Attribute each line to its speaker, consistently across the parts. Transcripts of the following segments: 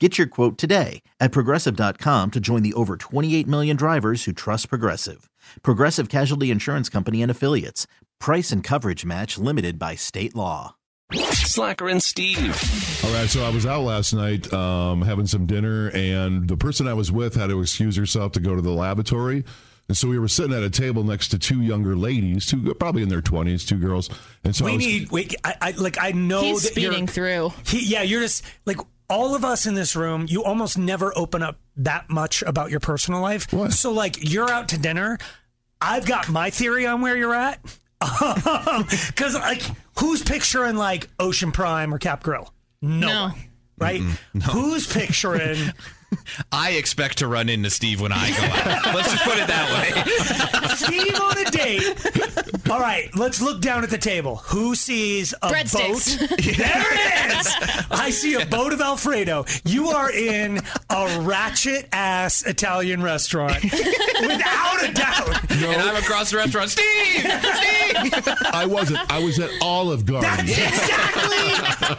Speaker 1: Get your quote today at progressive.com to join the over 28 million drivers who trust Progressive. Progressive Casualty Insurance Company and Affiliates. Price and coverage match limited by state law.
Speaker 2: Slacker and Steve.
Speaker 3: All right, so I was out last night um, having some dinner, and the person I was with had to excuse herself to go to the laboratory. And so we were sitting at a table next to two younger ladies, two probably in their twenties, two girls. And so I
Speaker 4: We
Speaker 3: was-
Speaker 4: need wait. I, I like. I know
Speaker 5: He's
Speaker 4: that
Speaker 5: speeding
Speaker 4: you're,
Speaker 5: through.
Speaker 4: He, yeah, you're just like all of us in this room. You almost never open up that much about your personal life.
Speaker 3: What?
Speaker 4: So like, you're out to dinner. I've got my theory on where you're at. Because like, who's picturing like Ocean Prime or Cap Grill? No,
Speaker 5: No.
Speaker 4: one, right? Who's picturing?
Speaker 6: I expect to run into Steve when I go out. Let's just put it that way.
Speaker 4: Steve on a date. All right, let's look down at the table. Who sees a
Speaker 5: Breadsticks.
Speaker 4: boat? There it is. I see a boat of Alfredo. You are in a ratchet ass Italian restaurant, without a doubt.
Speaker 6: And I'm across the restaurant. Steve! Steve!
Speaker 3: I wasn't. I was at Olive Garden.
Speaker 4: That's exactly.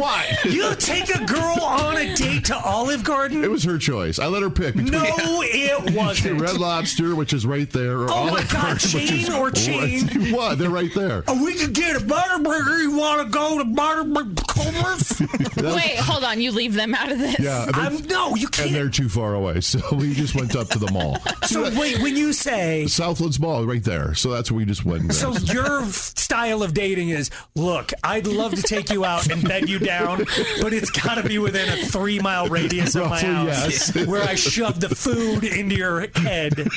Speaker 3: Why?
Speaker 4: You take a girl on a date to Olive
Speaker 3: It
Speaker 4: Garden?
Speaker 3: was her choice. I let her pick between
Speaker 4: No, it wasn't.
Speaker 3: Red Lobster, which is right there, or
Speaker 4: Oh my
Speaker 3: Olive Garden,
Speaker 4: God,
Speaker 3: which
Speaker 4: chain
Speaker 3: is
Speaker 4: or chain?
Speaker 3: What? They're right there.
Speaker 4: Oh, we could get a Butterburger. You want to go to Butterburger?
Speaker 5: Wait, hold on. You leave them out of this.
Speaker 3: Yeah, and,
Speaker 4: I'm no, you
Speaker 3: and
Speaker 4: can't.
Speaker 3: they're too far away, so we just went up to the mall.
Speaker 4: So wait, when you say
Speaker 3: Southlands Mall, right there. So that's where we just went. and
Speaker 4: So
Speaker 3: grabbed.
Speaker 4: your style of dating is, look, I'd love to take you out and bed you down, but it's got to be within a three mile radius of my
Speaker 3: Roughly,
Speaker 4: house
Speaker 3: yes.
Speaker 4: where I shove the food into your head.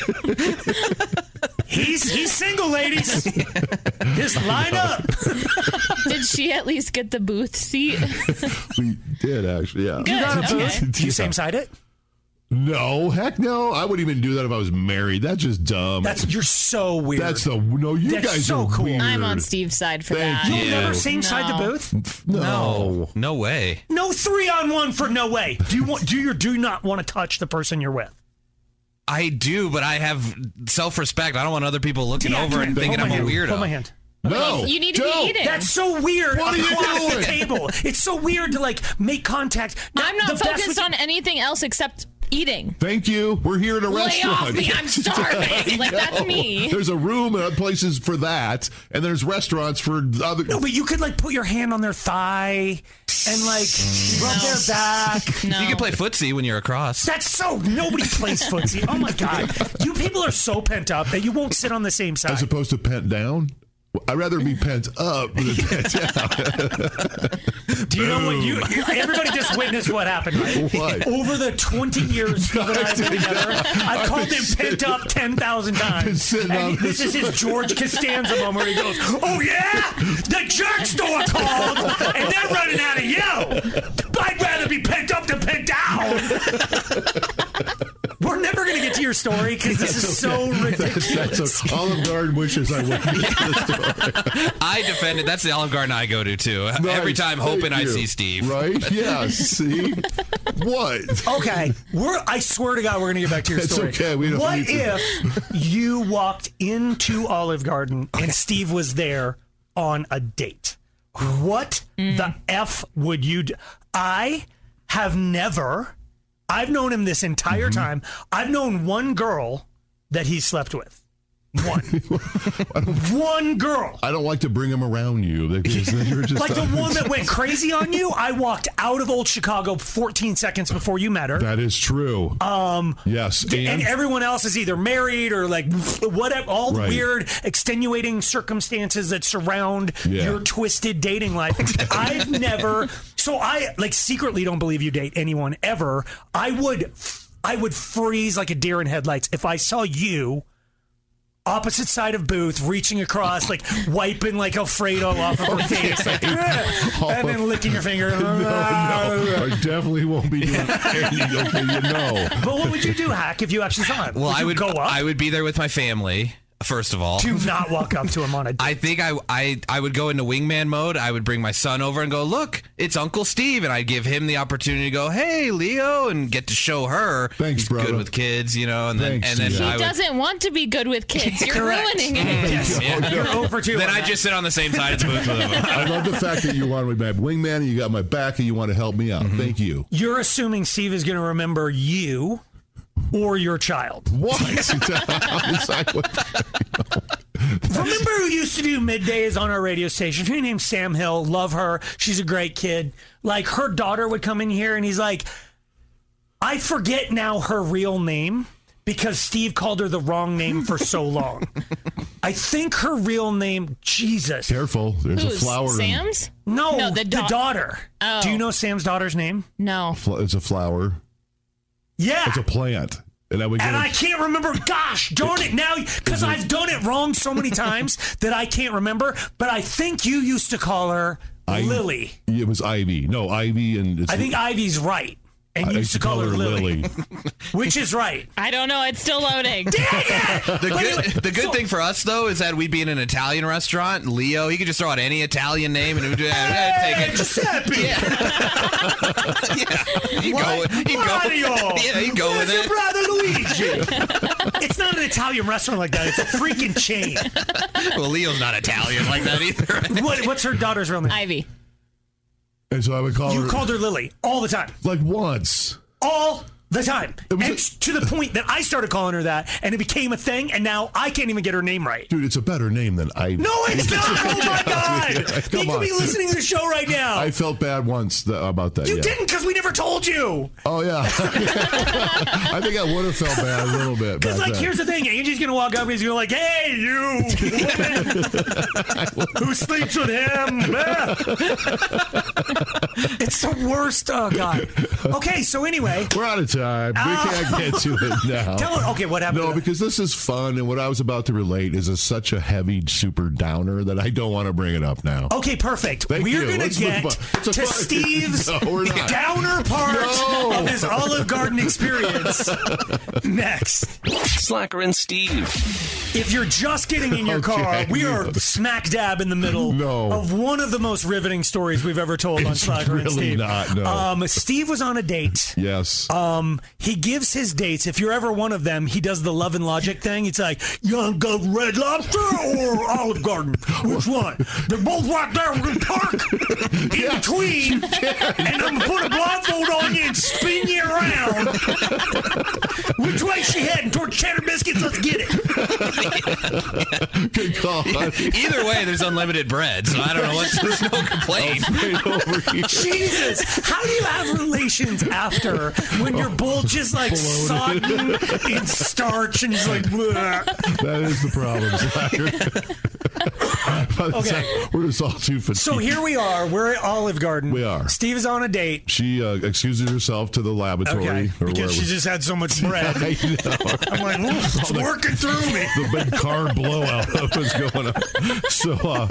Speaker 4: He's he's single, ladies. Just line up.
Speaker 5: Did she at least get the booth seat?
Speaker 3: we did actually. Yeah.
Speaker 5: Good. Okay.
Speaker 4: Do you same side it?
Speaker 3: No, heck no. I wouldn't even do that if I was married. That's just dumb.
Speaker 4: That's you're so weird.
Speaker 3: That's the no. You
Speaker 4: That's
Speaker 3: guys
Speaker 4: so
Speaker 3: are
Speaker 4: cool.
Speaker 3: weird.
Speaker 5: I'm on Steve's side for
Speaker 3: Thank
Speaker 5: that.
Speaker 3: you.
Speaker 4: You'll never
Speaker 6: Ew.
Speaker 4: same side the
Speaker 5: No.
Speaker 4: booth.
Speaker 3: No.
Speaker 6: No way.
Speaker 4: No three on one for no way. Do you want? Do you do not want to touch the person you're with?
Speaker 6: I do, but I have self respect. I don't want other people looking over and
Speaker 4: Hold
Speaker 6: thinking
Speaker 4: my
Speaker 6: I'm a
Speaker 4: hand.
Speaker 6: weirdo.
Speaker 4: Hold my hand.
Speaker 3: No.
Speaker 5: You need to
Speaker 3: don't.
Speaker 5: be eating.
Speaker 4: That's so weird.
Speaker 3: What are you
Speaker 4: across
Speaker 3: doing?
Speaker 4: The table. It's so weird to like make contact. The-
Speaker 5: I'm
Speaker 4: the
Speaker 5: not
Speaker 4: best
Speaker 5: focused
Speaker 4: we-
Speaker 5: on anything else except eating.
Speaker 3: Thank you. We're here at a
Speaker 5: Lay
Speaker 3: restaurant.
Speaker 5: off me. I'm starving. like, that's
Speaker 3: No.
Speaker 5: me.
Speaker 3: There's a room and other places for that, and there's restaurants for the other.
Speaker 4: No, but you could like put your hand on their thigh and like rub their back.
Speaker 5: No.
Speaker 6: You can play footsie when you're across.
Speaker 4: That's so nobody plays footsie. Oh my god, you people are so pent up that you won't sit on the same side.
Speaker 3: As opposed to pent down. I'd rather be pent up than pent
Speaker 4: Do you know what you, you- Everybody just witnessed what happened. Right?
Speaker 3: What?
Speaker 4: Over the 20 years Steve and I've been together, I've called him pent up 10,000 times.
Speaker 3: sitting on
Speaker 4: And this
Speaker 3: this
Speaker 4: is his George Costanza moment where he goes, "Oh yeah, the jerk store called, and they're running out of yo. I'd rather be pent up than pent down." We're never gonna get to your story because this is so ridiculous.
Speaker 3: That's a Olive Garden wishes I would.
Speaker 6: I defend it. That's the Olive Garden I go to, too. Every
Speaker 3: Nice.
Speaker 6: time, hoping
Speaker 3: Thank
Speaker 6: I
Speaker 3: you.
Speaker 6: see Steve.
Speaker 3: Right? Yeah. See? what?
Speaker 4: Okay, we're. I swear to God, we're gonna get back to your
Speaker 3: It's
Speaker 4: story.
Speaker 3: okay, we don't
Speaker 4: what
Speaker 3: need to.
Speaker 4: if you walked into Olive Garden and Steve was there on a date? What the f would you? do? I have never.
Speaker 3: Mm-hmm.
Speaker 4: I've known him this entire time. I've known one girl that he slept with. One. One girl.
Speaker 3: I don't like to bring them around you because then you're just
Speaker 4: Like the one that went crazy on you, I walked out of old Chicago 14 seconds before you met her.
Speaker 3: That is true. Um. Yes. And,
Speaker 4: and everyone else is either married or like whatever all the
Speaker 3: Right.
Speaker 4: weird extenuating circumstances that surround
Speaker 3: Yeah.
Speaker 4: your twisted dating life i've never so i like secretly don't believe you date anyone ever i would i would freeze like a deer in headlights if i saw you Opposite side of booth, reaching across, like wiping like Alfredo off of her face, like, and then licking your finger.
Speaker 3: no, I definitely won't be doing anything. Okay, you know.
Speaker 4: But what would you do, Hack, if you actually saw him?
Speaker 6: Well, I
Speaker 4: you
Speaker 6: would
Speaker 4: go up.
Speaker 6: I would be there with my family first of all.
Speaker 4: Do not walk up to him on a date.
Speaker 6: I think I, I I would go into wingman mode. I would bring my son over and go, look, it's Uncle Steve, and I'd give him the opportunity to go, hey, Leo, and get to show her
Speaker 3: Thanks,
Speaker 6: he's
Speaker 3: brother.
Speaker 6: good with kids, you know, and
Speaker 3: Thanks,
Speaker 6: then and then
Speaker 3: yeah. Mm,
Speaker 6: I
Speaker 5: He
Speaker 6: would,
Speaker 5: doesn't want to be good with kids. You're
Speaker 4: Correct.
Speaker 5: ruining it.
Speaker 4: Yes. You're over two.
Speaker 6: then
Speaker 4: on
Speaker 6: I
Speaker 4: that.
Speaker 6: just sit on the same side as both of them.
Speaker 3: I love the fact that you wanted my wingman and you got my back and you want to help me out. Thank you.
Speaker 4: You're assuming Steve is going to remember you or your child.
Speaker 3: What? It's like, what-
Speaker 4: Remember who used to do middays on our radio station? Her name's Sam Hill. Love her. She's a great kid. Like her daughter would come in here and he's like, I forget now her real name because Steve called her the wrong name for so long. I think her real name, Jesus.
Speaker 3: Careful. There's a
Speaker 5: Who's
Speaker 3: flower. in-
Speaker 5: Sam's?
Speaker 4: No,
Speaker 5: No,
Speaker 4: the,
Speaker 5: the da-
Speaker 4: daughter.
Speaker 5: Oh.
Speaker 4: Do you know Sam's daughter's name?
Speaker 5: No.
Speaker 3: fl- it's a flower.
Speaker 4: Yeah.
Speaker 3: It's a plant. And I would get
Speaker 4: And
Speaker 3: a-
Speaker 4: I can't remember. Gosh darn it now, because I've done it wrong so many times that I can't remember. But I think you used to call her
Speaker 3: I-
Speaker 4: Lily.
Speaker 3: It was Ivy. No, Ivy and it's
Speaker 4: I think Ivy's right. And you used to call her Lily, which is right.
Speaker 5: I don't know. It's still loading.
Speaker 6: The good, the good thing for us though is that we'd be in an Italian restaurant. and Leo, you could just throw out any Italian name and it would do
Speaker 4: Hey,
Speaker 6: take it.
Speaker 4: Giuseppe,
Speaker 6: You go, you
Speaker 4: Mario,
Speaker 6: go, yeah, you go
Speaker 4: where's
Speaker 6: with
Speaker 4: your
Speaker 6: it.
Speaker 4: brother Luigi? it's not an Italian restaurant like that. It's a freaking chain.
Speaker 6: Well, Leo's not Italian like that either.
Speaker 4: What, what's her daughter's real name?
Speaker 5: Ivy.
Speaker 3: And so I would call
Speaker 4: you
Speaker 3: her
Speaker 4: called her Lily all the time.
Speaker 3: like once.
Speaker 4: all the time. And
Speaker 3: was a-
Speaker 4: to the point that I started calling her that, and it became a thing, and now I can't even get her name right.
Speaker 3: Dude, it's a better name than Ivy.
Speaker 4: No, it's not. Oh my god!
Speaker 3: Yeah, come
Speaker 4: they could
Speaker 3: on.
Speaker 4: be listening to the show right now.
Speaker 3: I felt bad once th- about that.
Speaker 4: you
Speaker 3: yeah.
Speaker 4: didn't because we never told you.
Speaker 3: Oh yeah. I think I would have felt bad a little bit.
Speaker 4: Because
Speaker 3: back
Speaker 4: like,
Speaker 3: then.
Speaker 4: here's the thing: Angie's gonna walk up and he's gonna like, "Hey, you, woman who sleeps with him?" Ah. it's the worst. Oh god. Okay, so anyway,
Speaker 3: We're out of time. We can't get to it now.
Speaker 4: tell her. Okay, what happened?
Speaker 3: no,
Speaker 4: to that?
Speaker 3: because this is fun, and what I was about to relate is a, such a heavy, super downer that I don't want to bring it up now.
Speaker 4: Okay, perfect.
Speaker 3: Thank
Speaker 4: we're
Speaker 3: you.
Speaker 4: gonna
Speaker 3: Let's
Speaker 4: get
Speaker 3: move on. It's a
Speaker 4: to
Speaker 3: fun-
Speaker 4: Steve's
Speaker 3: No, we're not.
Speaker 4: downer part
Speaker 3: No.
Speaker 4: of his Olive Garden experience next.
Speaker 2: Slacker and Steve.
Speaker 4: If you're just getting in your
Speaker 3: Okay.
Speaker 4: car, we are smack dab in the middle
Speaker 3: No.
Speaker 4: of one of the most riveting stories we've ever told on
Speaker 3: It's
Speaker 4: Slacker and
Speaker 3: really
Speaker 4: Steve.
Speaker 3: not, no.
Speaker 4: Um, Steve was on a date.
Speaker 3: Yes.
Speaker 4: Um, He gives his dates. If you're ever one of them, he does the love and logic thing. It's like, you gonna go Red Lobster or Olive Garden? Which one? They're both right there. We're gonna park in between, and I'm gonna put a blindfold on you and spin you around. Which way she heading? Toward cheddar biscuits? Let's get it.
Speaker 3: Good call.
Speaker 6: Either way, there's unlimited bread, so I don't know what. There's no complaint.
Speaker 3: Right over here.
Speaker 4: Jesus, how do you have relations after when your bull just like sodden in starch and he's like, "Bleh."
Speaker 3: That is the problem. Slacker. By the
Speaker 4: Okay.
Speaker 3: time- we're just all too fatigued.
Speaker 4: So here we are. We're at Olive Garden.
Speaker 3: We are.
Speaker 4: Steve is on a date.
Speaker 3: she uh, excuses herself to the laboratory.
Speaker 4: Okay.
Speaker 3: or wherever.
Speaker 4: Because she just had so much bread.
Speaker 3: I know.
Speaker 4: I'm like, "Ooh, it's working through me.
Speaker 3: the big car blowout that was going on. So, uh,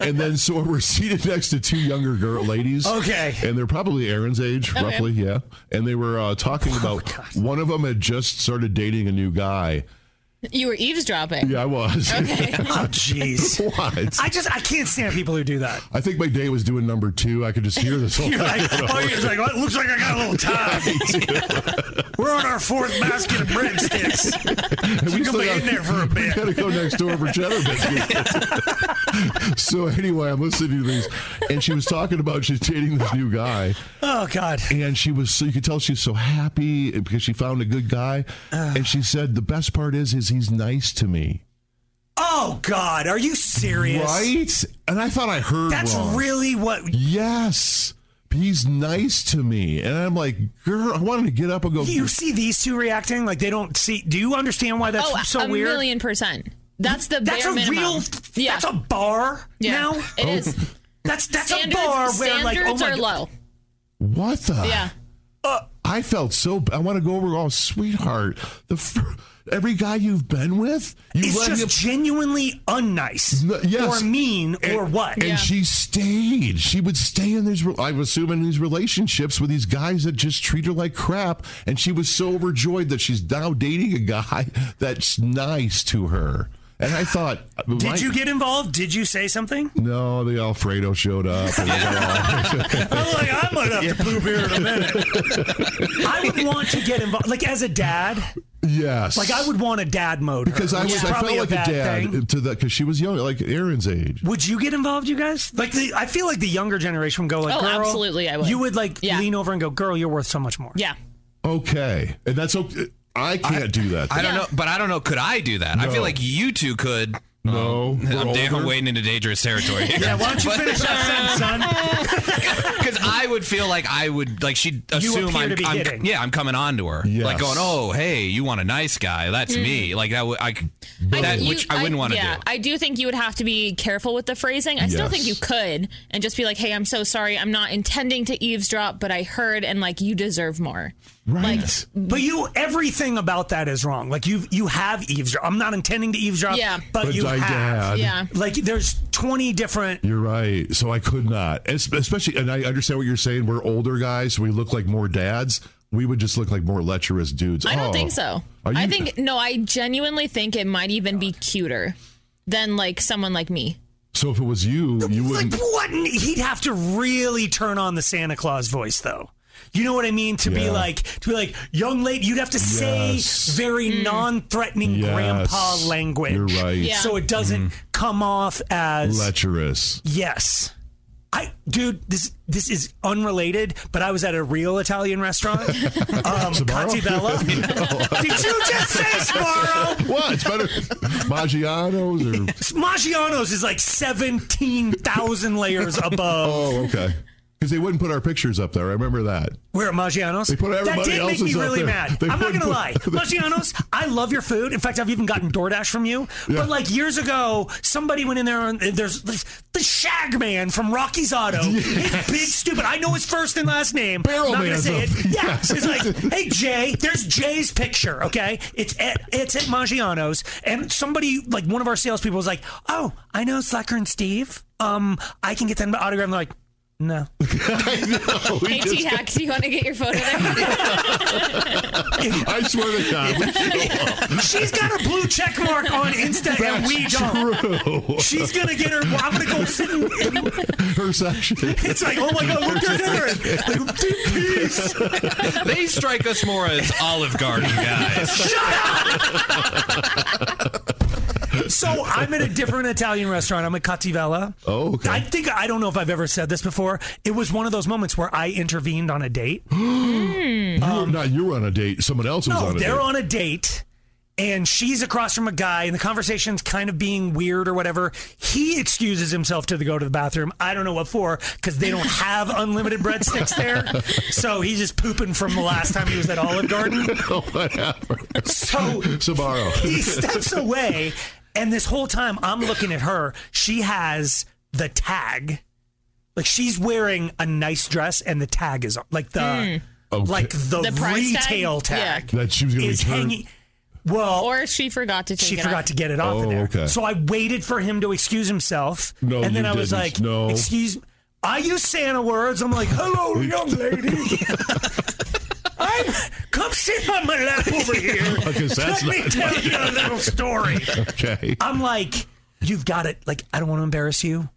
Speaker 3: and then so we're seated next to two younger girl ladies.
Speaker 4: Okay.
Speaker 3: and they're probably Aaron's age, roughly, yeah. And they were uh, talking
Speaker 4: Oh,
Speaker 3: about one of them had just started dating a new guy.
Speaker 5: You were eavesdropping.
Speaker 3: Yeah, I was.
Speaker 4: Oh, jeez.
Speaker 3: what?
Speaker 4: I just, I can't stand people who do that.
Speaker 3: I think my day was doing number two. I could just hear this whole
Speaker 4: You're
Speaker 3: thing.
Speaker 4: like, oh, you're like, well, it looks like I got a little time. We're on our fourth basket of breadsticks.
Speaker 3: we
Speaker 4: We're going to be in there for a bit.
Speaker 3: gotta go next door for cheddar biscuits. so anyway, I'm listening to these, and she was talking about she's dating this new guy.
Speaker 4: Oh, God.
Speaker 3: and she was so you could tell she's so
Speaker 4: Uh.
Speaker 3: happy because she found a good guy and she said the best part is is he's nice to me
Speaker 4: Oh God, are you serious?
Speaker 3: Right? And I thought I heard
Speaker 4: That's
Speaker 3: wrong.
Speaker 4: really what.
Speaker 3: Yes. He's nice to me. And I'm like, girl, I wanted to get up and go.
Speaker 4: You see these two reacting like they don't see. Do you understand why that's
Speaker 5: Oh,
Speaker 4: so
Speaker 5: a
Speaker 4: weird?
Speaker 5: million percent. That's the
Speaker 4: That's
Speaker 5: bare
Speaker 4: a
Speaker 5: minimum.
Speaker 4: real.
Speaker 5: Yeah.
Speaker 4: That's a bar
Speaker 5: yeah.
Speaker 4: now.
Speaker 5: It is.
Speaker 3: Oh.
Speaker 4: That's that's
Speaker 5: Standards,
Speaker 4: a bar where like oh
Speaker 5: standards
Speaker 4: my
Speaker 5: are
Speaker 4: God.
Speaker 5: low.
Speaker 3: what the?
Speaker 5: Yeah.
Speaker 3: I felt so. b- I want to go over. Oh, sweetheart, the fir- every guy you've been with, you
Speaker 4: It's
Speaker 3: let
Speaker 4: just
Speaker 3: him.
Speaker 4: genuinely unnice
Speaker 3: No, yes.
Speaker 4: or mean
Speaker 3: And-
Speaker 4: or what.
Speaker 3: And she stayed. She would stay in these. re- I would assume in these relationships with these guys that just treat her like crap. And she was so overjoyed that she's now dating a guy that's nice to her. And I thought,
Speaker 4: Did
Speaker 3: my-
Speaker 4: you get involved? Did you say something?
Speaker 3: No, the Alfredo showed up. and they got all-
Speaker 4: I'm like, I'm gonna have to poop here in a minute. I would want to get involved, like as a dad.
Speaker 3: yes,
Speaker 4: Like I would want a dad mode. her,
Speaker 3: because I
Speaker 4: which
Speaker 3: was.
Speaker 4: is
Speaker 3: I felt
Speaker 4: probably
Speaker 3: like a,
Speaker 4: bad
Speaker 3: dad
Speaker 4: thing.
Speaker 3: to that because she was young, like Aaron's age.
Speaker 4: Would you get involved, you guys? Like the, I feel like the younger generation would go like,
Speaker 5: Oh,
Speaker 4: girl,
Speaker 5: absolutely, I would.
Speaker 4: You would like
Speaker 5: Yeah.
Speaker 4: lean over and go, girl, you're worth so much more.
Speaker 5: Yeah.
Speaker 3: Okay, and that's okay. I can't do that.
Speaker 6: I don't
Speaker 5: Yeah.
Speaker 6: know, but I don't know. Could I do that? I
Speaker 3: No.
Speaker 6: feel like you two could.
Speaker 3: No, we're
Speaker 6: I'm damn
Speaker 3: older.
Speaker 6: wading into dangerous territory.
Speaker 4: Yeah, why don't you finish that sentence, son?
Speaker 6: Because I would feel like I would like she'd assume
Speaker 4: appear
Speaker 6: I'm,
Speaker 4: to be
Speaker 6: I'm-
Speaker 4: hitting.
Speaker 6: yeah I'm coming on to her
Speaker 3: Yes.
Speaker 6: like going oh hey you want a nice guy that's me like that would I could- that
Speaker 5: You-
Speaker 6: which I wouldn't want to
Speaker 5: yeah,
Speaker 6: do
Speaker 5: I do think you would have to be careful with the phrasing. I still
Speaker 3: Yes.
Speaker 5: think you could and just be like, "Hey, I'm so sorry. I'm not intending to eavesdrop, but I heard and like you deserve more."
Speaker 3: Right.
Speaker 4: But you, everything about that is wrong. Like you, you have eavesdrop. I'm not intending to eavesdrop.
Speaker 5: Yeah.
Speaker 4: but,
Speaker 3: But
Speaker 4: you
Speaker 3: I
Speaker 4: have.
Speaker 3: did.
Speaker 5: Yeah.
Speaker 4: Like there's 20 different.
Speaker 3: You're right. So I could not, Es- especially. And I understand what you're saying. We're older guys. we look like more dads. We would just look like more lecherous dudes.
Speaker 5: I don't
Speaker 3: Oh.
Speaker 5: think so.
Speaker 3: Are you-
Speaker 5: I think no, I genuinely think it might even be cuter than like someone like me.
Speaker 3: so. If it was you, you
Speaker 4: Like
Speaker 3: wouldn't.
Speaker 4: what? He'd have to really turn on the Santa Claus voice, though. You know what I mean? To be
Speaker 3: Yeah.
Speaker 4: like, to be like, young lady, you'd have to
Speaker 3: Yes.
Speaker 4: say very non-threatening
Speaker 3: Yes.
Speaker 4: grandpa language.
Speaker 3: You're right. Mm-hmm.
Speaker 5: Yeah.
Speaker 4: So it doesn't come off as
Speaker 3: Lecherous.
Speaker 4: Yes. I dude, this this is unrelated, but I was at a real Italian restaurant. Um Cozzabella. Did you just say Sparrow?
Speaker 3: What? It's better. Maggiano's or
Speaker 4: Maggiano's is like seventeen thousand layers above.
Speaker 3: oh, okay. Because they wouldn't put our pictures up there. I remember that.
Speaker 4: Where at Maggiano's?
Speaker 3: They put
Speaker 4: that
Speaker 3: everybody
Speaker 4: did make me
Speaker 3: else's up
Speaker 4: really
Speaker 3: there.
Speaker 4: mad.
Speaker 3: They
Speaker 4: I'm not
Speaker 3: put-
Speaker 4: gonna lie. Maggiano's, I love your food. In fact, I've even gotten DoorDash from you. But like years ago, somebody went in there and and there's, there's the Shag Man from Rocky's Auto. He's big stupid. I know his first and last name.
Speaker 3: Barrel
Speaker 4: I'm not gonna
Speaker 3: Man's
Speaker 4: say
Speaker 3: up.
Speaker 4: it. Yeah.
Speaker 3: Yes.
Speaker 4: It's like, hey Jay, there's Jay's picture, okay? It's at it's at Maggiano's. And somebody like one of our salespeople was like, Oh, I know Slacker and Steve. Um, I can get them to autograph. I'm like, no.
Speaker 5: Hey, T Hack, do you want to get your photo there?
Speaker 3: I swear to God. we
Speaker 4: She's got a blue check mark on Insta, and we don't.
Speaker 3: True.
Speaker 4: She's gonna get her. well, I'm gonna go sit. In,
Speaker 3: Her section.
Speaker 4: it's like, oh my god, look at her! Like, peace.
Speaker 6: they strike us more as Olive Garden guys
Speaker 4: So I'm at a different Italian restaurant. I'm at Cattivella.
Speaker 3: Oh, okay.
Speaker 4: I think I don't know if I've ever said this before. It was one of those moments where I intervened on a date.
Speaker 5: Hmm.
Speaker 3: you were not you were on a date. Someone else was
Speaker 4: No,
Speaker 3: on a
Speaker 4: they're
Speaker 3: date.
Speaker 4: on a date, and she's across from a guy, and the conversation's kind of being weird or whatever. He excuses himself to the, go to the bathroom. I don't know what for, because they don't have unlimited breadsticks there. So he's just pooping from the last time he was at Olive Garden. So
Speaker 3: Sabaro.
Speaker 4: he steps away, and this whole time I'm looking at her. She has the tag. Like she's wearing a nice dress and the tag is on. Like
Speaker 3: Hmm.
Speaker 4: the
Speaker 3: Okay.
Speaker 4: like the,
Speaker 5: Hmm. The price tag?
Speaker 4: retail tag,
Speaker 3: That she was going to
Speaker 4: is
Speaker 3: return.
Speaker 4: hanging. Well,
Speaker 5: or she forgot to take
Speaker 4: she
Speaker 5: it
Speaker 4: forgot
Speaker 5: off.
Speaker 4: to get it off
Speaker 3: Oh,
Speaker 4: of there.
Speaker 3: okay.
Speaker 4: So I waited for him to excuse himself.
Speaker 3: No,
Speaker 4: and then
Speaker 3: you
Speaker 4: I was
Speaker 3: didn't.
Speaker 4: like,
Speaker 3: No.
Speaker 4: excuse I use Santa words. I'm like, hello, young lady. I'm come sit on my lap over here.
Speaker 3: Because that's
Speaker 4: Let me
Speaker 3: not-
Speaker 4: tell you a little story.
Speaker 3: Okay.
Speaker 4: I'm like, you've got it. Like, I don't want to embarrass you. I'm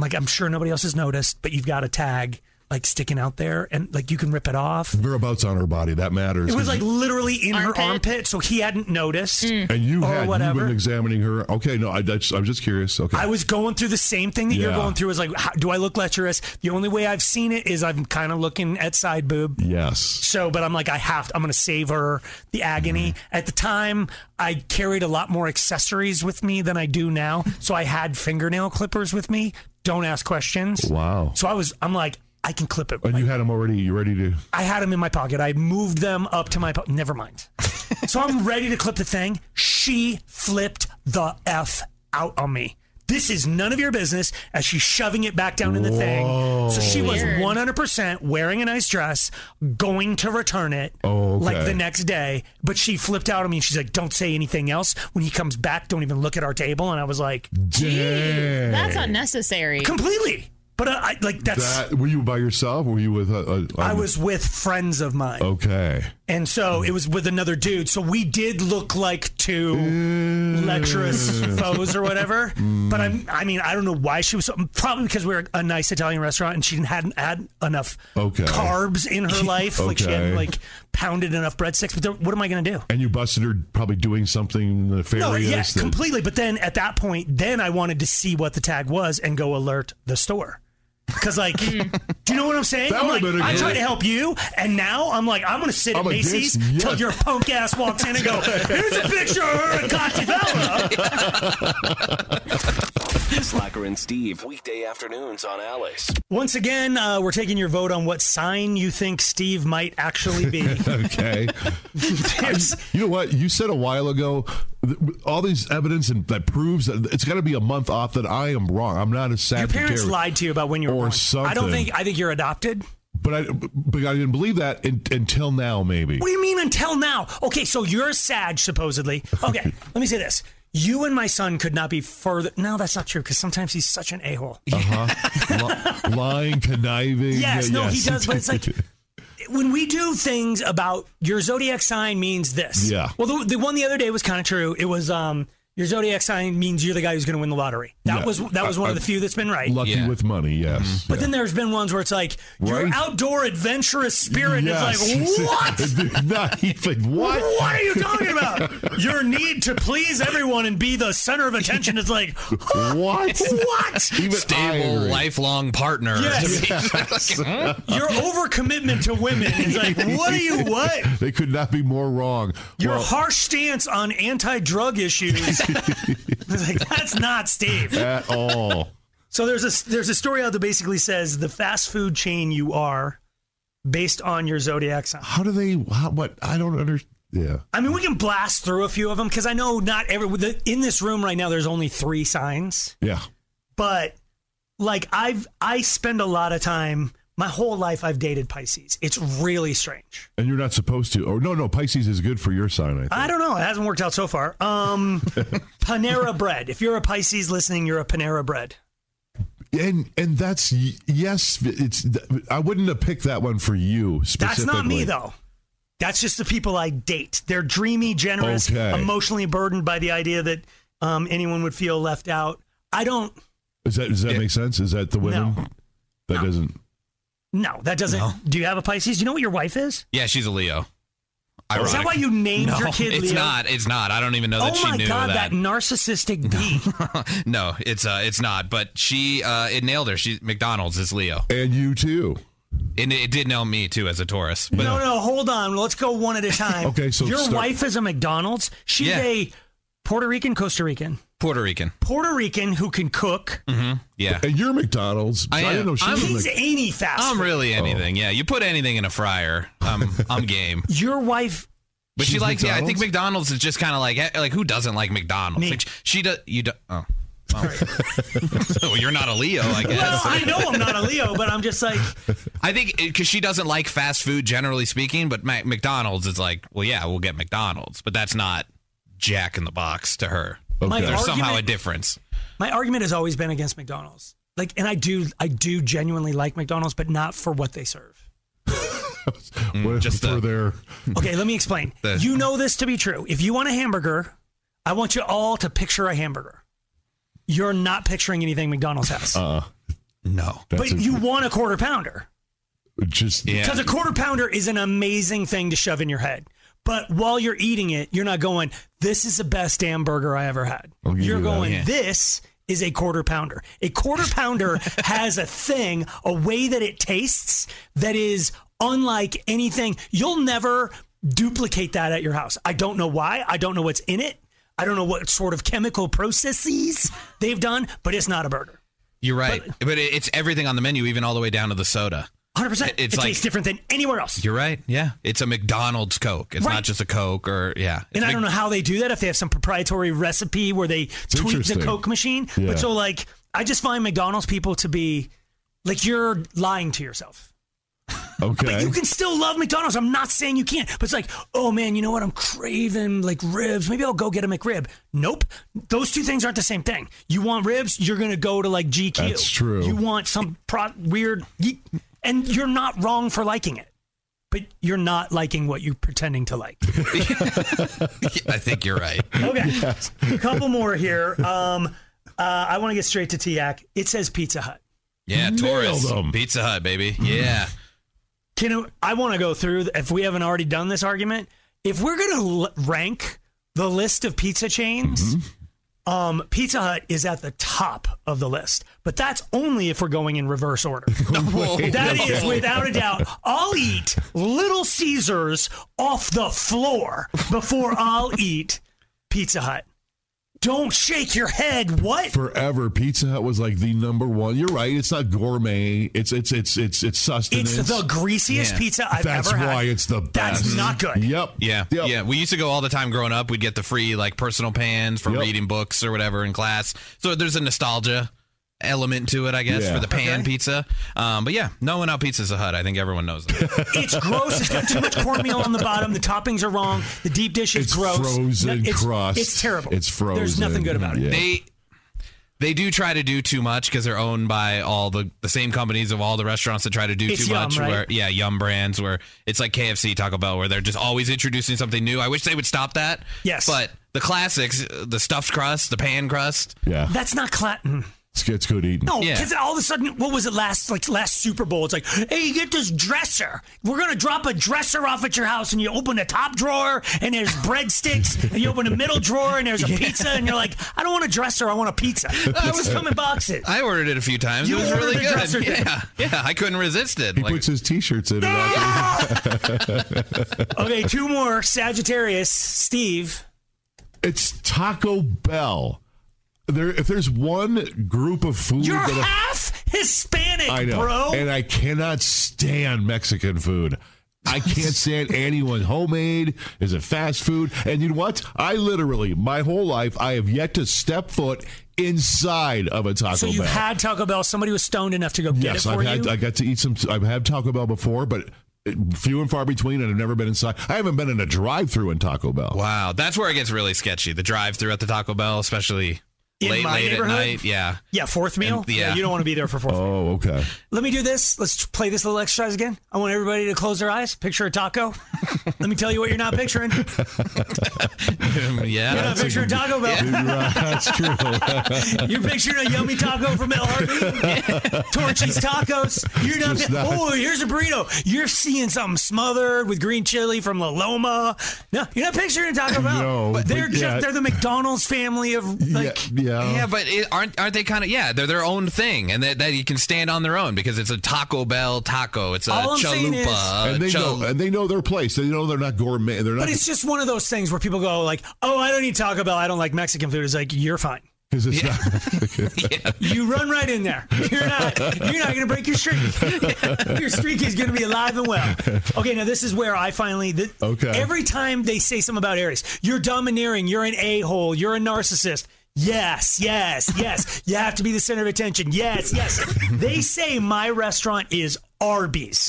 Speaker 4: like, I'm sure nobody else has noticed, but you've got a tag. like sticking out there, and like you can rip it off.
Speaker 3: Whereabouts on her body that matters.
Speaker 4: It was like literally in
Speaker 5: Armpit? Mm.
Speaker 4: her armpit, so he hadn't noticed.
Speaker 3: and you
Speaker 4: or
Speaker 3: had you
Speaker 4: whatever.
Speaker 3: been examining her. Okay, no, I, that's- I'm just curious. Okay,
Speaker 4: I was going through the same thing that you're
Speaker 3: Yeah.
Speaker 4: going through. Is like, how, do I look lecherous? The only way I've seen it is I'm kind of looking at side boob.
Speaker 3: yes.
Speaker 4: So, but I'm like, I have to, I'm going to save her the agony. At the time, I carried a lot more accessories with me than I do now. So I had fingernail clippers with me. Don't ask questions.
Speaker 3: Wow.
Speaker 4: So I was, I'm like, I can clip it.
Speaker 3: And you had him already. You ready to?
Speaker 4: I had them in my pocket. I moved them up to my pocket. Never mind. so I'm ready to clip the thing. She flipped the F out on me. This is none of your business as she's shoving it back down in the thing. So she was
Speaker 5: Weird.
Speaker 4: 100% wearing a nice dress, going to return it
Speaker 3: Oh, okay.
Speaker 4: like the next day. But she flipped out on me and she's like, don't say anything else. When he comes back, don't even look at our table. And I was like,
Speaker 3: Dang.
Speaker 5: That's unnecessary.
Speaker 4: completely. But uh, I, like, that's.
Speaker 3: That were you by yourself? Were you with? A,
Speaker 5: Um,
Speaker 3: a,
Speaker 4: I was with friends of mine.
Speaker 3: Okay.
Speaker 4: And so it was with another dude. So we did look like two lecherous
Speaker 3: Mm.
Speaker 4: foes or whatever. But I'm, I mean, I don't know why she was so, probably because we were a nice Italian restaurant and she hadn't had enough
Speaker 3: Okay.
Speaker 4: carbs in her life. Like she
Speaker 3: Okay.
Speaker 4: hadn't like pounded enough breadsticks. But there, what am I going to do?
Speaker 3: And you busted her probably doing something nefarious.
Speaker 4: No, yeah,
Speaker 3: that-
Speaker 4: completely. But then at that point, then I wanted to see what the tag was and go alert the store. Cause like, do you know what I'm saying?
Speaker 3: That
Speaker 4: I'm
Speaker 3: would've
Speaker 4: like,
Speaker 3: been a
Speaker 4: I
Speaker 3: good-
Speaker 4: try to help you, and now I'm like, I'm gonna sit
Speaker 3: I'm
Speaker 4: at
Speaker 3: against-
Speaker 4: Macy's
Speaker 3: yes.
Speaker 4: till your punk ass walks in and go, here's a picture of her and Cotivella.
Speaker 2: Slacker and Steve, weekday afternoons on Alice.
Speaker 4: Once again, uh, we're taking your vote on what sign you think Steve might actually be.
Speaker 3: okay.
Speaker 4: There's-
Speaker 3: You know what? You said a while ago, th- all these evidence and that proves that it's got to be a month off that I am wrong. I'm not a
Speaker 4: your
Speaker 3: Sagittarius.
Speaker 4: parents lied to you about when you were
Speaker 3: Or
Speaker 4: born. I
Speaker 3: something.
Speaker 4: don't think. I think you're adopted.
Speaker 3: but I, but I didn't believe that in, until now. Maybe.
Speaker 4: What do you mean until now? Okay, so you're a Sag, supposedly. Okay, let me say this. You and my son could not be further. No, that's not true because sometimes he's such an a hole.
Speaker 3: Uh-huh. Li- lying, conniving.
Speaker 4: Yes,
Speaker 3: yeah,
Speaker 4: no, he
Speaker 3: yes.
Speaker 4: does, but it's like- When we do things about your zodiac sign means this.
Speaker 3: Yeah.
Speaker 4: Well, the, the one the other day was kind of true. It was um, your zodiac sign means you're the guy who's going to win the lottery. That
Speaker 3: Yeah.
Speaker 4: was that was one of the few that's been right.
Speaker 3: lucky
Speaker 6: Yeah.
Speaker 3: with money. Yes.
Speaker 4: But then there's been ones where it's like your
Speaker 3: Right.
Speaker 4: outdoor adventurous spirit. Mm-hmm. and It's
Speaker 3: Yes.
Speaker 4: like what?
Speaker 3: Not even what?
Speaker 4: What are you talking about? Your need to please everyone and be the center of attention is like, huh?
Speaker 3: What?
Speaker 4: What?
Speaker 3: Even
Speaker 6: Stable,
Speaker 3: irony.
Speaker 6: lifelong partner.
Speaker 4: Yes. Your overcommitment to women is like, what are you, what?
Speaker 3: They could not be more wrong.
Speaker 4: Your
Speaker 3: Well,
Speaker 4: harsh stance on anti drug issues. It's like, that's not Steve.
Speaker 3: at all.
Speaker 4: So there's a, there's a story out that basically says the fast food chain you are based on your zodiac sign.
Speaker 3: How do they? How, what? I don't understand. Yeah.
Speaker 4: I mean, we can blast through a few of them because I know not every, the- in this room right now, there's only three signs.
Speaker 3: Yeah.
Speaker 4: but like I've I spend a lot of time my whole life I've dated Pisces. It's really strange.
Speaker 3: And you're not supposed to. Oh no, no. Pisces is good for your sign. I think.
Speaker 4: I don't know. It hasn't worked out so far. Um Panera bread. If you're a Pisces listening, you're a Panera bread.
Speaker 3: and and that's y- yes. It's. I wouldn't have picked that one for you
Speaker 4: That's
Speaker 3: specifically.
Speaker 4: not me though. That's just the people I date. They're dreamy, generous,
Speaker 3: Okay.
Speaker 4: emotionally burdened by the idea that um, anyone would feel left out. I don't.
Speaker 3: Is that does that make sense? Is that the women?
Speaker 4: No.
Speaker 3: That doesn't.
Speaker 4: No, that doesn't. Do you have a Pisces? Do you know what your wife is?
Speaker 6: Yeah, she's a Leo.
Speaker 4: Is that
Speaker 6: Ironic.
Speaker 4: why you named
Speaker 6: No,
Speaker 4: your kid
Speaker 6: it's
Speaker 4: Leo?
Speaker 6: not. It's not. I don't even know that
Speaker 4: oh
Speaker 6: she
Speaker 4: my
Speaker 6: knew
Speaker 4: god,
Speaker 6: that.
Speaker 4: that, narcissistic bee.
Speaker 6: no, it's uh, it's not. But she, uh, it nailed her. She McDonald's is Leo,
Speaker 3: And you too.
Speaker 6: and it, it did nail me too as a Taurus. But uh,
Speaker 4: no, no, hold on. Let's go one at a time.
Speaker 3: Okay, so
Speaker 4: your
Speaker 3: start-
Speaker 4: wife is a McDonald's. She's
Speaker 6: Yeah.
Speaker 4: a Puerto Rican, Costa Rican,
Speaker 6: Puerto Rican,
Speaker 4: Puerto Rican who can cook.
Speaker 6: yeah.
Speaker 3: And you're McDonald's.
Speaker 6: Mm-hmm. I
Speaker 3: didn't
Speaker 6: am.
Speaker 3: know she
Speaker 6: I'm-
Speaker 3: was
Speaker 4: He's
Speaker 3: Mc- Oh.
Speaker 4: any fast.
Speaker 6: I'm
Speaker 4: food.
Speaker 6: really anything. Yeah, you put anything in a fryer, um, I'm game.
Speaker 4: Your wife.
Speaker 6: But she
Speaker 3: She's
Speaker 6: likes. Yeah, I think McDonald's is just kind of like eh, like who doesn't like McDonald's?
Speaker 4: Me.
Speaker 6: Like, she does. You do. Oh. Oh. so you're not a Leo, I guess.
Speaker 4: Well, I know I'm not a Leo, but I'm just like
Speaker 6: I think because she doesn't like fast food, generally speaking. But Mac- McDonald's is like, well, yeah, we'll get McDonald's, but that's not Jack in the Box to her.
Speaker 4: my
Speaker 3: Okay.
Speaker 6: There's somehow a
Speaker 4: argument.
Speaker 6: difference.
Speaker 4: my argument has always been against McDonald's. Like, and I do, I do genuinely like McDonald's, but not for what they serve.
Speaker 3: What-
Speaker 6: Mm, just
Speaker 3: for
Speaker 6: the-
Speaker 3: their.
Speaker 4: Okay, let me explain.
Speaker 6: The-
Speaker 4: you know this to be true. If you want a hamburger, I want you all to picture a hamburger. You're not picturing anything McDonald's has.
Speaker 3: Uh,
Speaker 6: No.
Speaker 3: that's
Speaker 4: but
Speaker 3: a-
Speaker 4: you want a quarter pounder.
Speaker 3: Just
Speaker 6: Yeah.
Speaker 4: Because a quarter pounder is an amazing thing to shove in your head. But while you're eating it, you're not going, this is the best damn burger I ever had.
Speaker 3: I'll give
Speaker 4: You're
Speaker 3: you that,
Speaker 4: going,
Speaker 6: yeah.
Speaker 4: this is a quarter pounder. A quarter pounder has a thing, a way that it tastes that is unlike anything. You'll never duplicate that at your house. I don't know why. I don't know what's in it. I don't know what sort of chemical processes they've done, but it's not a burger.
Speaker 6: You're right. But, it, it's everything on the menu, even all the way down to the soda.
Speaker 4: 100%.
Speaker 6: It's
Speaker 4: it
Speaker 6: like-
Speaker 4: tastes different than anywhere else.
Speaker 6: You're right. Yeah. It's a McDonald's Coke. It's
Speaker 4: Right.
Speaker 6: not just a Coke or, yeah. It's
Speaker 4: And I
Speaker 6: Mc-
Speaker 4: don't know how they do that if they have some proprietary recipe where they tweak the
Speaker 3: interesting.
Speaker 4: Coke machine.
Speaker 3: Yeah.
Speaker 4: But so like I just find McDonald's people to be like you're lying to yourself. But
Speaker 3: okay.
Speaker 4: you can still love McDonald's. I'm not saying you can't. But it's like, oh man, you know what? I'm craving like ribs. Maybe I'll go get a McRib. Nope. Those two things aren't the same thing. You want ribs, you're gonna go to like GQ.
Speaker 3: That's true.
Speaker 4: You want some pro- weird, ye- and you're not wrong for liking it, but you're not liking what you're pretending to like.
Speaker 6: I think you're right.
Speaker 4: Okay. A couple more here. Um, uh, I want to get straight to TIAC. It says Pizza Hut.
Speaker 6: Yeah. Taurus.
Speaker 3: them.
Speaker 6: Pizza Hut, baby. Yeah.
Speaker 4: Can I want to go through, if we haven't already done this argument, if we're going to l- rank the list of pizza chains, um, Pizza Hut is at the top of the list. But that's only if we're going in reverse order. That is without a doubt. I'll eat Little Caesars off the floor before I'll eat Pizza Hut. Don't shake your head. What?
Speaker 3: Forever, Pizza Hut was like the number one. You're right. It's not gourmet. It's it's it's it's it's
Speaker 4: It's
Speaker 3: sustenance.
Speaker 4: the greasiest
Speaker 6: Yeah.
Speaker 4: pizza I've
Speaker 3: That's
Speaker 4: ever had.
Speaker 3: why it's the
Speaker 4: That's
Speaker 3: best.
Speaker 4: not good.
Speaker 3: Yep.
Speaker 6: Yeah,
Speaker 3: Yep.
Speaker 6: yeah. We used to go all the time growing up. We'd get the free like personal pans for
Speaker 3: Yep.
Speaker 6: reading books or whatever in class. So there's a nostalgia element to it, I guess,
Speaker 3: Yeah.
Speaker 6: for the pan pizza. Um, but yeah, no one out pizza's a hut. I think everyone knows that.
Speaker 4: It's gross. It's got too much cornmeal on the bottom. The toppings are wrong. The deep dish is
Speaker 3: It's
Speaker 4: gross.
Speaker 3: frozen
Speaker 4: No, it's,
Speaker 3: crust.
Speaker 4: It's terrible.
Speaker 3: It's frozen.
Speaker 4: There's nothing good about it.
Speaker 3: Yeah.
Speaker 6: they they do try to do too much because they're owned by all the the same companies of all the restaurants that try to do
Speaker 4: It's
Speaker 6: too
Speaker 4: Yum,
Speaker 6: much.
Speaker 4: right?
Speaker 6: Where yeah, yum brands where it's like KFC, Taco Bell, where they're just always introducing something new. I wish they would stop that.
Speaker 4: Yes.
Speaker 6: but the classics, uh, the stuffed crust, the pan crust.
Speaker 3: yeah.
Speaker 4: That's not Clatton.
Speaker 3: It's, it's good eating.
Speaker 4: No,
Speaker 6: Yeah.
Speaker 4: because all of a sudden, what was it last like last Super Bowl? It's like, hey, you get this dresser. We're gonna drop a dresser off at your house, and you open the top drawer, and there's breadsticks, and you open the middle drawer, and there's a pizza, and you're like, I don't want a dresser, I want a pizza. Those come in boxes.
Speaker 6: I ordered it a few times. it
Speaker 4: You
Speaker 6: was
Speaker 4: ordered
Speaker 6: really
Speaker 4: the dresser,
Speaker 6: good.
Speaker 4: didn't
Speaker 6: Yeah, yeah, I couldn't resist it.
Speaker 3: He
Speaker 6: Like,
Speaker 3: puts his t-shirts in. it after-
Speaker 4: okay, two more. Sagittarius, Steve.
Speaker 3: It's Taco Bell. There, if there's one group of food
Speaker 4: You're
Speaker 3: that I-
Speaker 4: half Hispanic,
Speaker 3: I know,
Speaker 4: bro.
Speaker 3: and I cannot stand Mexican food. I can't stand anyone homemade. Is it fast food? And you know what? I literally, my whole life, I have yet to step foot inside of a Taco
Speaker 4: so you've
Speaker 3: Bell.
Speaker 4: had Taco Bell. Somebody was stoned enough to go get
Speaker 3: yes,
Speaker 4: it for
Speaker 3: I've had.
Speaker 4: you.
Speaker 3: I got to eat some. I've had Taco Bell before, but few and far between, and I've never been inside. I haven't been in a drive-through in Taco Bell.
Speaker 6: wow, that's where it gets really sketchy. The drive-through at the Taco Bell, especially
Speaker 4: In
Speaker 6: late,
Speaker 4: my
Speaker 6: late at
Speaker 4: neighborhood?
Speaker 6: night. Yeah,
Speaker 4: yeah, fourth meal.
Speaker 6: And- yeah.
Speaker 4: you don't want to be there for fourth. meal.
Speaker 3: Oh, okay.
Speaker 4: Let me do this. Let's tr- play this little exercise again. I want everybody to close their eyes, picture a taco. Let me tell you what you're not picturing. You're
Speaker 6: yeah.
Speaker 4: not picturing Taco Bell.
Speaker 3: That's true.
Speaker 4: You're picturing a yummy taco from El Harvey, Torchy's Tacos. You're not.
Speaker 3: Just not-
Speaker 4: Oh, here's a burrito. You're seeing something smothered with green chili from La Loma. No, you're not picturing Taco Bell.
Speaker 3: No, but
Speaker 4: they're just
Speaker 3: yeah.
Speaker 4: they're the McDonald's family of like.
Speaker 3: yeah.
Speaker 6: Yeah, but it, aren't aren't they kind of yeah? They're their own thing, and that, that you can stand on their own because it's a Taco Bell taco. It's a
Speaker 4: All I'm saying is-
Speaker 6: chalupa.
Speaker 3: and
Speaker 6: a
Speaker 3: they
Speaker 6: chal-
Speaker 3: know and they know their place. They know they're not gourmet. They're not
Speaker 4: But it's just one of those things where people go like, "Oh, I don't eat Taco Bell. I don't like Mexican food." It's like you're fine.
Speaker 3: because it's
Speaker 4: You run right in there. You're not. You're not going to break your streak. Your streak is going to be alive and well. Okay, now this is where I finally. Th-
Speaker 3: Okay.
Speaker 4: Every time they say something about Aries, you're domineering. You're an a hole. You're a narcissist. Yes, yes, yes. You have to be the center of attention. Yes, yes. They say my restaurant is Arby's.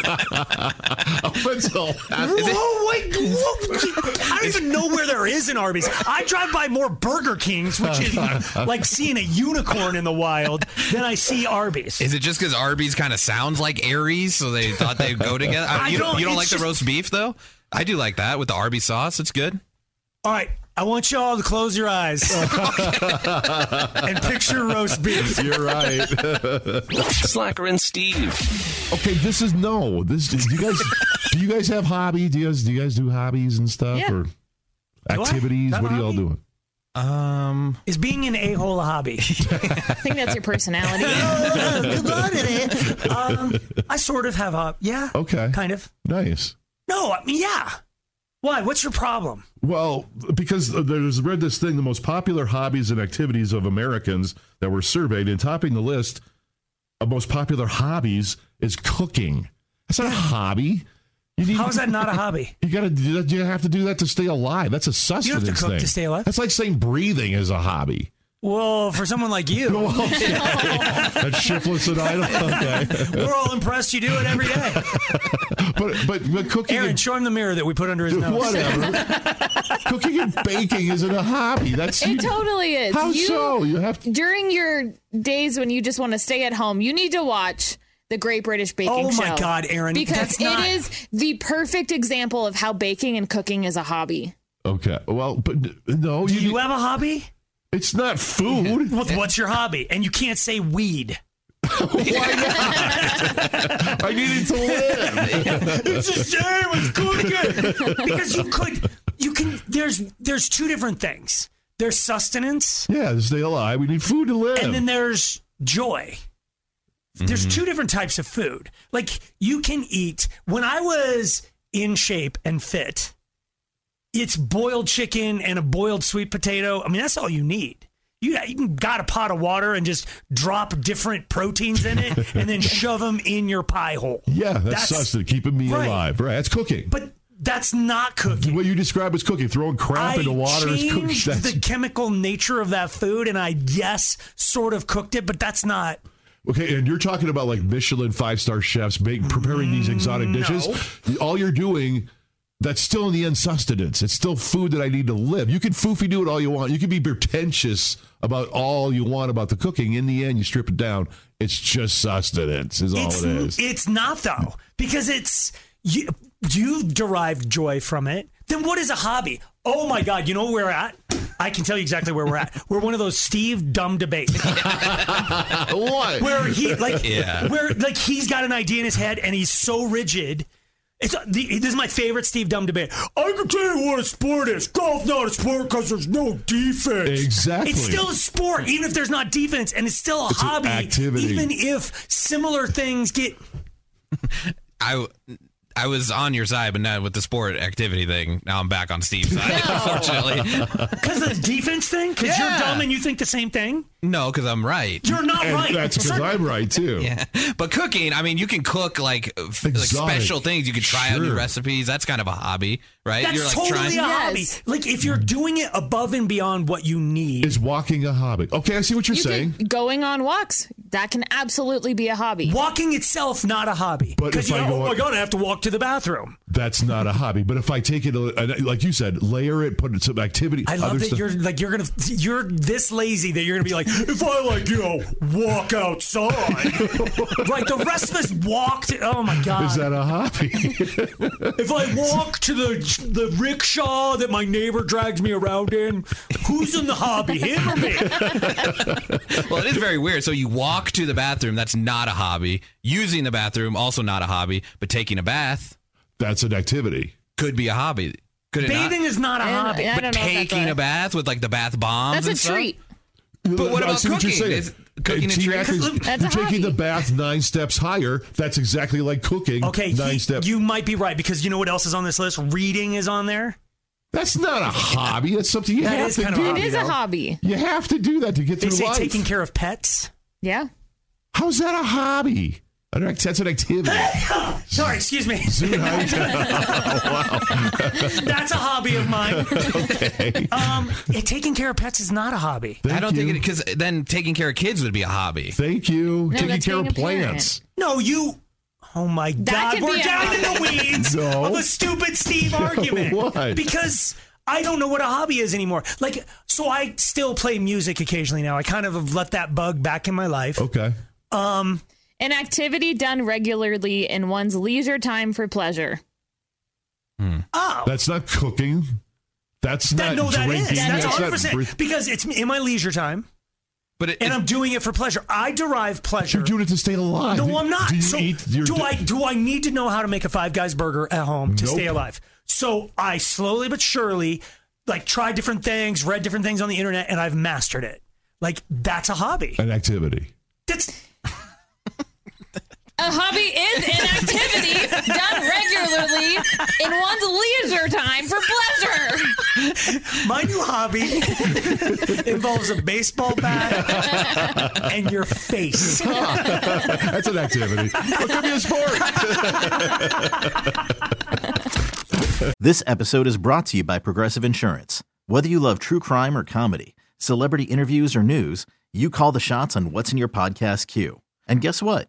Speaker 3: not
Speaker 4: Whoa, Oh, wait, whoa. I don't even know where there is an Arby's. I drive by more Burger Kings, which is like seeing a unicorn in the wild, than I see Arby's.
Speaker 6: Is it just because Arby's kind of sounds like Aries, so they thought they'd go together?
Speaker 4: I
Speaker 6: you
Speaker 4: don't-
Speaker 6: you don't
Speaker 4: it's
Speaker 6: like
Speaker 4: just-
Speaker 6: the roast beef though? I do like that with the Arby's sauce. It's good.
Speaker 4: All right, I want you all to close your eyes Um, and picture roast beef.
Speaker 3: You're right.
Speaker 2: Slacker and Steve.
Speaker 3: Okay, this is no. This is, do you guys do you guys have hobby? Do you guys do you guys do hobbies and stuff
Speaker 5: Yeah.
Speaker 3: or
Speaker 4: I?
Speaker 3: activities?
Speaker 4: Have
Speaker 3: What are you all
Speaker 4: hobby?
Speaker 3: doing?
Speaker 6: Um,
Speaker 4: Is being an a hole a hobby?
Speaker 5: I think that's your personality.
Speaker 4: um, I sort of have a yeah.
Speaker 3: Okay.
Speaker 4: Kind of.
Speaker 3: Nice.
Speaker 4: No, I mean yeah. Why? What's your problem?
Speaker 3: Well, because there's read this thing, the most popular hobbies and activities of Americans that were surveyed, and topping the list of most popular hobbies is cooking. That's not a hobby. You need
Speaker 4: How is that not a hobby?
Speaker 3: You gotta do that- you have to do that to stay alive. That's a
Speaker 4: to
Speaker 3: sustenance
Speaker 4: cook
Speaker 3: thing.
Speaker 4: to stay alive?
Speaker 3: That's like saying breathing is a hobby.
Speaker 4: Well, for someone like you,
Speaker 3: Well, okay. That's shiftless and idle. Okay.
Speaker 4: we're all impressed you do it every day.
Speaker 3: But but, but cooking
Speaker 4: Aaron,
Speaker 3: and
Speaker 4: show him the mirror that we put under his nose.
Speaker 3: whatever. cooking and baking isn't a hobby. That's
Speaker 5: It totally is.
Speaker 3: How
Speaker 5: You-
Speaker 3: so? You have to
Speaker 5: During your days when you just want to stay at home, you need to watch the Great British Baking
Speaker 4: Oh
Speaker 5: Show.
Speaker 4: my God, Aaron,
Speaker 5: Because
Speaker 4: that's
Speaker 5: it
Speaker 4: not-
Speaker 5: is the perfect example of how baking and cooking is a hobby.
Speaker 3: Okay. Well, but no,
Speaker 4: Do
Speaker 3: you,
Speaker 4: you have a hobby?
Speaker 3: it's not food.
Speaker 4: Well, What's your hobby? And you can't say weed.
Speaker 3: I needed to live.
Speaker 4: it's the same as cooking because you could you can there's there's two different things there's sustenance
Speaker 3: Yeah, to stay alive, we need food to live.
Speaker 4: and then there's joy
Speaker 3: Mm-hmm.
Speaker 4: there's two different types of food like you can eat when i was in shape and fit it's boiled chicken and a boiled sweet potato i mean that's all you need you, you can got a pot of water and just drop different proteins in it and then shove them in your pie hole
Speaker 3: yeah, that's,
Speaker 4: That's-
Speaker 3: sustenance, keeping me
Speaker 4: Right.
Speaker 3: alive. Right, that's cooking.
Speaker 4: but that's not cooking
Speaker 3: what you describe as cooking, throwing crap
Speaker 4: I
Speaker 3: into water is cooking.
Speaker 4: changed
Speaker 3: That's-
Speaker 4: the chemical nature of that food, and I yes, sort of cooked it, but that's not.
Speaker 3: Okay, and you're talking about like Michelin five star chefs make, preparing these exotic
Speaker 4: Mm,
Speaker 3: dishes. All you're doing, that's still in the end sustenance. It's still food that I need to live. You can foofy do it all you want. You can be pretentious about all you want about the cooking. In the end, you strip it down. It's just sustenance, is all
Speaker 4: it's
Speaker 3: it is.
Speaker 4: it's not though because it's you you derived joy from it. Then what is a hobby? Oh my God! You know where we're at. I can tell you exactly where we're at. We're one of those Steve dumb debates
Speaker 3: what?
Speaker 4: where he like
Speaker 6: Yeah.
Speaker 4: where like he's got an idea in his head and he's so rigid. It's the, this is my favorite Steve Dumb debate. Oh, I can tell you what a sport is. Golf not a sport because there's no defense.
Speaker 3: Exactly.
Speaker 4: It's still a sport, even if there's not defense, and it's still a
Speaker 3: an
Speaker 4: hobby.
Speaker 3: activity.
Speaker 4: Even if similar things get
Speaker 6: I I was on your side, but not with the sport activity thing. Now I'm back on Steve's side, unfortunately.
Speaker 4: because of the defense thing, because
Speaker 6: Yeah.
Speaker 4: you're dumb and you think the same thing,
Speaker 6: No, because I'm right.
Speaker 4: you're not
Speaker 3: and
Speaker 4: right.
Speaker 3: that's because
Speaker 4: Certain-
Speaker 3: I'm right too.
Speaker 6: But cooking, I mean, you can cook like f- like
Speaker 3: Exotic.
Speaker 6: special things. You can try out new
Speaker 3: Sure.
Speaker 6: recipes. That's kind of a hobby, right?
Speaker 4: that's
Speaker 6: You're like
Speaker 4: totally
Speaker 6: trying.
Speaker 4: a
Speaker 5: Yes.
Speaker 4: hobby. Like if you're doing it above and beyond what you need.
Speaker 3: Is walking a hobby? Okay, I see what you're
Speaker 5: You
Speaker 3: saying.
Speaker 5: can, going on walks, that can absolutely be a hobby.
Speaker 4: Walking itself not a hobby.
Speaker 3: But if
Speaker 4: Because you
Speaker 3: I
Speaker 4: know,
Speaker 3: go
Speaker 4: oh
Speaker 3: out-
Speaker 4: my god, I have to walk to the bathroom.
Speaker 3: That's not a hobby. But if I take it, uh, like you said, layer it, put some activity.
Speaker 4: I love
Speaker 3: other
Speaker 4: that
Speaker 3: stuff-
Speaker 4: you're like you're gonna you're this lazy that you're gonna be like if I like you know walk outside right the rest of us walked oh my god
Speaker 3: Is that a hobby?
Speaker 4: if I walk to the the rickshaw that my neighbor drags me around in who's in the hobby him or me
Speaker 6: Well, it is very weird. So you walk to the bathroom. That's not a hobby. Using the bathroom also not a hobby. But taking a bath
Speaker 3: That's an activity.
Speaker 6: could be a hobby. Could it
Speaker 4: bathing
Speaker 6: not?
Speaker 4: is not a
Speaker 5: And-
Speaker 4: hobby
Speaker 5: and I
Speaker 6: But
Speaker 5: don't know if that's
Speaker 6: taking a bath with like the bath bombs.
Speaker 5: That's
Speaker 6: and
Speaker 5: a
Speaker 6: stuff?
Speaker 5: treat.
Speaker 6: But what
Speaker 3: I
Speaker 6: about
Speaker 3: see what you're
Speaker 6: cooking?
Speaker 3: saying.
Speaker 6: Is cooking
Speaker 3: Uh,
Speaker 6: a
Speaker 3: tea
Speaker 6: treat?
Speaker 3: actors-
Speaker 5: That's a
Speaker 3: you're taking
Speaker 5: hobby.
Speaker 3: the bath nine steps higher. That's exactly like cooking.
Speaker 4: okay
Speaker 3: nine
Speaker 4: he-
Speaker 3: steps.
Speaker 4: you might be right because you know what else is on this list reading is on there
Speaker 3: That's not a hobby. That's something you
Speaker 4: That
Speaker 3: have
Speaker 4: is
Speaker 3: to
Speaker 4: kind of a
Speaker 3: do.
Speaker 5: It is a hobby.
Speaker 3: You have to do that to get
Speaker 4: they
Speaker 3: through
Speaker 4: say
Speaker 3: life.
Speaker 4: taking care of pets
Speaker 5: Yeah.
Speaker 3: How's that a hobby? An act- That's an activity.
Speaker 4: sorry excuse me
Speaker 3: Dude, Oh, I-
Speaker 4: that's a hobby of mine
Speaker 3: okay.
Speaker 4: um yeah, taking care of pets is not a hobby.
Speaker 3: Thank
Speaker 6: I don't
Speaker 3: you.
Speaker 6: think it because then taking care of kids would be a hobby.
Speaker 3: Thank you. taking
Speaker 5: that's
Speaker 3: care
Speaker 5: being
Speaker 3: of
Speaker 5: a parent.
Speaker 3: plants.
Speaker 4: No, you. Oh my God,
Speaker 5: could
Speaker 4: we're
Speaker 5: be a-
Speaker 4: down in the weeds
Speaker 3: No.
Speaker 4: of a stupid Steve argument.
Speaker 3: What?
Speaker 4: Because I don't know what a hobby is anymore. Like, so I still play music occasionally now. I kind of have let that bug back in my life.
Speaker 3: Okay.
Speaker 4: Um,
Speaker 5: An activity done regularly in one's leisure time for pleasure.
Speaker 4: Oh,
Speaker 3: That's not Hmm. cooking. That's
Speaker 4: That,
Speaker 3: not
Speaker 4: no, that is.
Speaker 3: drinking.
Speaker 4: That's
Speaker 3: not
Speaker 4: 100%.
Speaker 3: breath-
Speaker 4: because it's in my leisure time
Speaker 6: But it,
Speaker 4: and I'm doing it for pleasure. I derive pleasure.
Speaker 3: You're doing it to stay alive.
Speaker 4: No, I'm not.
Speaker 3: Do you
Speaker 4: so
Speaker 3: eat? your-
Speaker 4: do I do I need to know how to make a Five Guys burger at home to
Speaker 3: Nope.
Speaker 4: stay alive? So I slowly but surely like tried different things, read different things on the internet, and I've mastered it. Like that's a hobby.
Speaker 3: an activity.
Speaker 4: That's
Speaker 7: A hobby is an activity done regularly in one's leisure time for pleasure.
Speaker 4: my new hobby. involves a baseball bat and your face.
Speaker 3: That's an activity. What could be a sport?
Speaker 1: This episode is brought to you by Progressive Insurance. Whether you love true crime or comedy, celebrity interviews or news, you call the shots on what's in your podcast queue. And guess what?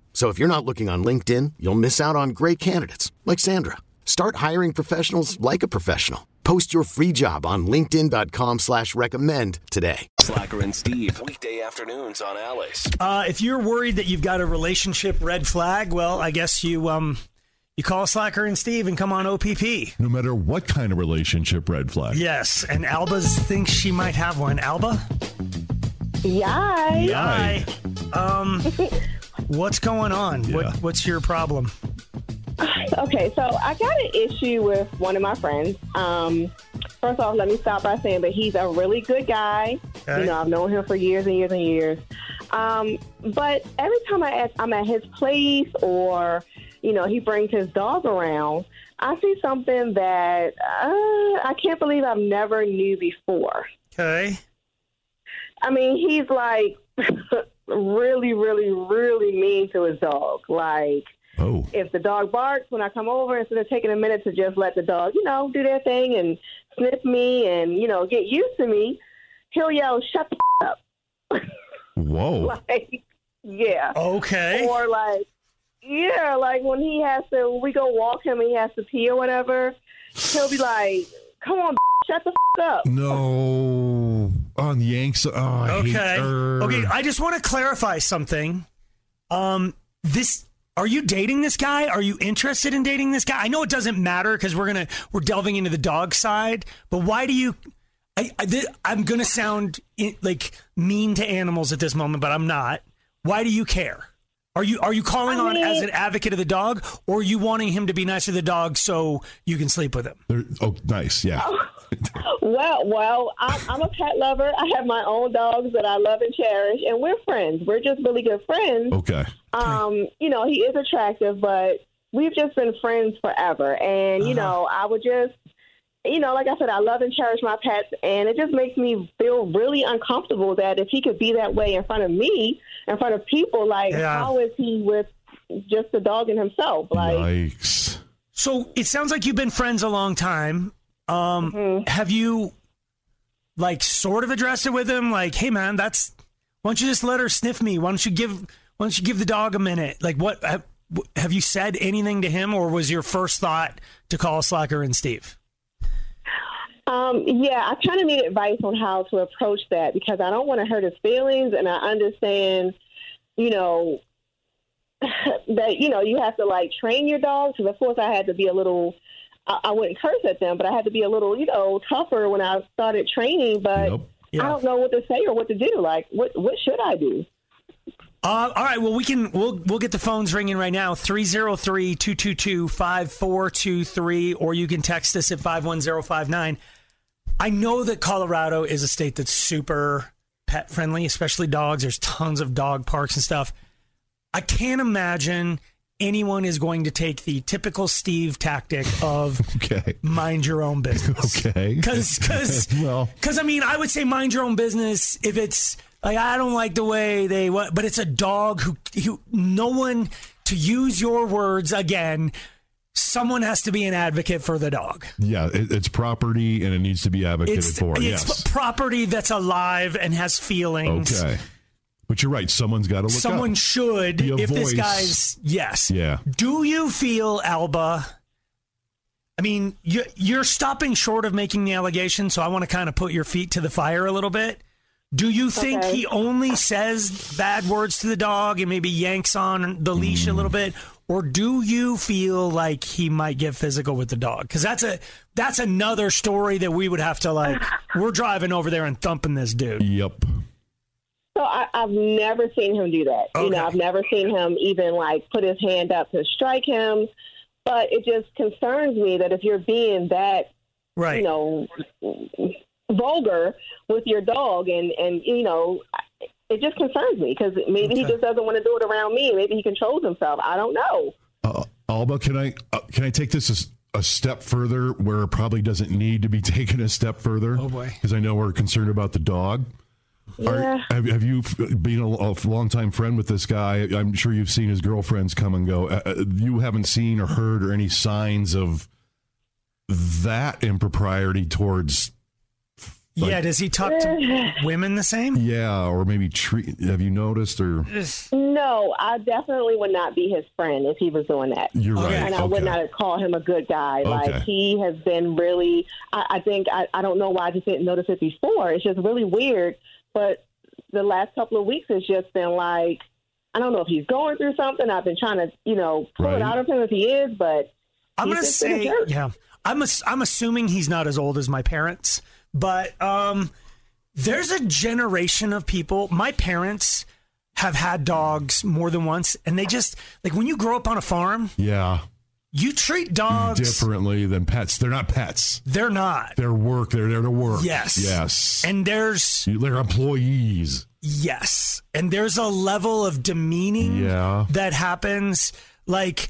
Speaker 8: So if you're not looking on LinkedIn, you'll miss out on great candidates like Sandra. Start hiring professionals like a professional. Post your free job on linkedin.com/recommend slash recommend today.
Speaker 2: Slacker and Steve, weekday afternoons on Alice.
Speaker 4: Uh, if you're worried that you've got a relationship red flag, well, I guess you um you call Slacker and Steve and come on OPP.
Speaker 3: No matter what kind of relationship red flag.
Speaker 4: Yes, and Alba thinks she might have one. Alba,
Speaker 9: Yay.
Speaker 4: hi. Um, what's going on?
Speaker 3: Yeah.
Speaker 4: What what's your problem?
Speaker 9: Okay, so I got an issue with one of my friends. Um, first off, let me stop by saying that he's a really good guy.
Speaker 4: Okay.
Speaker 9: You know, I've known him for years and years and years. Um, but every time I ask, I'm at his place or, you know, he brings his dog around, I see something that uh, I can't believe I've never knew before.
Speaker 4: Okay.
Speaker 9: I mean, he's like really, really, really mean to his dog. Like,
Speaker 3: Oh.
Speaker 9: if the dog barks when I come over, instead of taking a minute to just let the dog, you know, do their thing and sniff me and, you know, get used to me, he'll yell, shut the f- up.
Speaker 10: Oh.
Speaker 3: Whoa.
Speaker 9: Like, yeah.
Speaker 4: Okay.
Speaker 9: Or like, yeah, like when he has to, when we go walk him and he has to pee or whatever, he'll be like, come on, shut the f- up.
Speaker 3: No. On the Yanks. Oh, I hate-
Speaker 4: okay.
Speaker 3: Err.
Speaker 4: Okay. I just want to clarify something. Um, this are you dating this guy? Are you interested in dating this guy? I know it doesn't matter because we're gonna we're delving into the dog side, but why do you? I, I thi- I'm gonna sound i- like mean to animals at this moment, but I'm not. Why do you care? Are you are you calling
Speaker 9: I
Speaker 4: on as
Speaker 9: mean-
Speaker 4: an advocate of the dog, or are you wanting him to be nice to the dog so you can sleep with him?
Speaker 3: There- oh, nice. Yeah.
Speaker 9: Well, well, I'm, I'm a pet lover. I have my own dogs that I love and cherish, and we're friends. We're just really good friends.
Speaker 3: Okay.
Speaker 9: Um, you know, he is attractive, but we've just been friends forever. And,
Speaker 3: Uh-huh.
Speaker 9: you know, I would just, you know, like I said, I love and cherish my pets. And it just makes me feel really uncomfortable that if he could be that way in front of me, in front of people, like,
Speaker 4: Yeah.
Speaker 9: how is he with just the dog and himself? Like,
Speaker 3: Yikes.
Speaker 4: So it sounds like you've been friends a long time. Um, Have you, like, sort of addressed it with him? Like, hey, man, that's. Why don't you just let her sniff me? Why don't you give Why don't you give the dog a minute? Like, what have, have you said anything to him, or was your first thought to call Slacker and Steve?
Speaker 9: Um, yeah, I kind of need advice on how to approach that because I don't want to hurt his feelings, and I understand, you know, that you know you have to like train your dogs. Because of course I had to be a little. I, I wouldn't curse at them, but I had to be a little you know tougher when I started training. But I don't know what to say or what to do. Like what what should I do?
Speaker 4: Uh, all right. Well, we can we'll we'll get the phones ringing right now 303-222-5423 or you can text us at 51059. I know that Colorado is a state that's super pet friendly, especially dogs. There's tons of dog parks and stuff. I can't imagine anyone is going to take the typical Steve tactic of mind your own business.
Speaker 3: Okay.
Speaker 4: Cuz cuz
Speaker 3: well,
Speaker 4: because I mean, I would say mind your own business if it's like I don't like the way they what, but it's a dog who who no one to use your words again. Someone has to be an advocate for the dog.
Speaker 3: yeah, it, it's property and it needs to be advocated
Speaker 4: It's
Speaker 3: for.
Speaker 4: it's
Speaker 3: yes.
Speaker 4: property that's alive and has feelings.
Speaker 3: Okay. But you're right. Someone's got to look
Speaker 4: Someone
Speaker 3: up.
Speaker 4: should
Speaker 3: Be a
Speaker 4: if this
Speaker 3: voice.
Speaker 4: guy's yes.
Speaker 3: Yeah.
Speaker 4: Do you feel, Alba? I mean, you- you're stopping short of making the allegation, so I want to kind of put your feet to the fire a little bit. Do you think
Speaker 11: Okay.
Speaker 4: he only says bad words to the dog and maybe yanks on the leash a little bit, or do you feel like he might get physical with the dog? Because that's a that's another story that we would have to like. We're driving over there and thumping this dude.
Speaker 3: Yep.
Speaker 9: So I, I've never seen him do that. You
Speaker 4: Okay.
Speaker 9: know, I've never seen him even like put his hand up to strike him. But it just concerns me that if you're being that,
Speaker 4: Right.
Speaker 9: you know, vulgar with your dog, and and you know, I- it just concerns me because maybe he
Speaker 3: Okay.
Speaker 9: just doesn't want to do it around me. Maybe he controls himself. I don't know.
Speaker 3: Uh, Alba, can I uh, can I take this as a step further where it probably doesn't need to be taken a step further? Oh boy, because I know we're concerned about the dog.
Speaker 9: Yeah.
Speaker 3: have, have you f- been a, a longtime friend with this guy? I'm sure you've seen his girlfriends come and go. Uh, uh, you haven't seen or heard or any signs of that impropriety towards
Speaker 4: yeah. Does he talk to women the same?
Speaker 3: yeah, or maybe treat. Have you noticed or?
Speaker 9: No, I definitely would not be his friend if he was doing that.
Speaker 3: You're right.
Speaker 9: And I
Speaker 3: Okay.
Speaker 9: would not call him a good guy.
Speaker 3: Okay.
Speaker 9: Like he has been really. I, I think I, I don't know why I just didn't notice it before. It's just really weird. But the last couple of weeks has just been like I don't know if he's going through something. I've been trying to you know pull
Speaker 4: Right.
Speaker 9: it out of him if he is, but
Speaker 4: I'm
Speaker 9: he's
Speaker 4: gonna
Speaker 9: just been a
Speaker 4: say,
Speaker 9: jerk.
Speaker 4: yeah. I'm ass- I'm assuming he's not as old as my parents, but um, there's a generation of people. My parents have had dogs more than once, and they just like when you grow up on a farm,
Speaker 3: Yeah,
Speaker 4: you treat dogs.
Speaker 3: differently than pets. They're not pets.
Speaker 4: They're not.
Speaker 3: They're work. They're there to work.
Speaker 4: Yes.
Speaker 3: Yes.
Speaker 4: And there's
Speaker 3: they're employees.
Speaker 4: Yes, and there's a level of demeaning
Speaker 3: Yeah.
Speaker 4: that happens. Like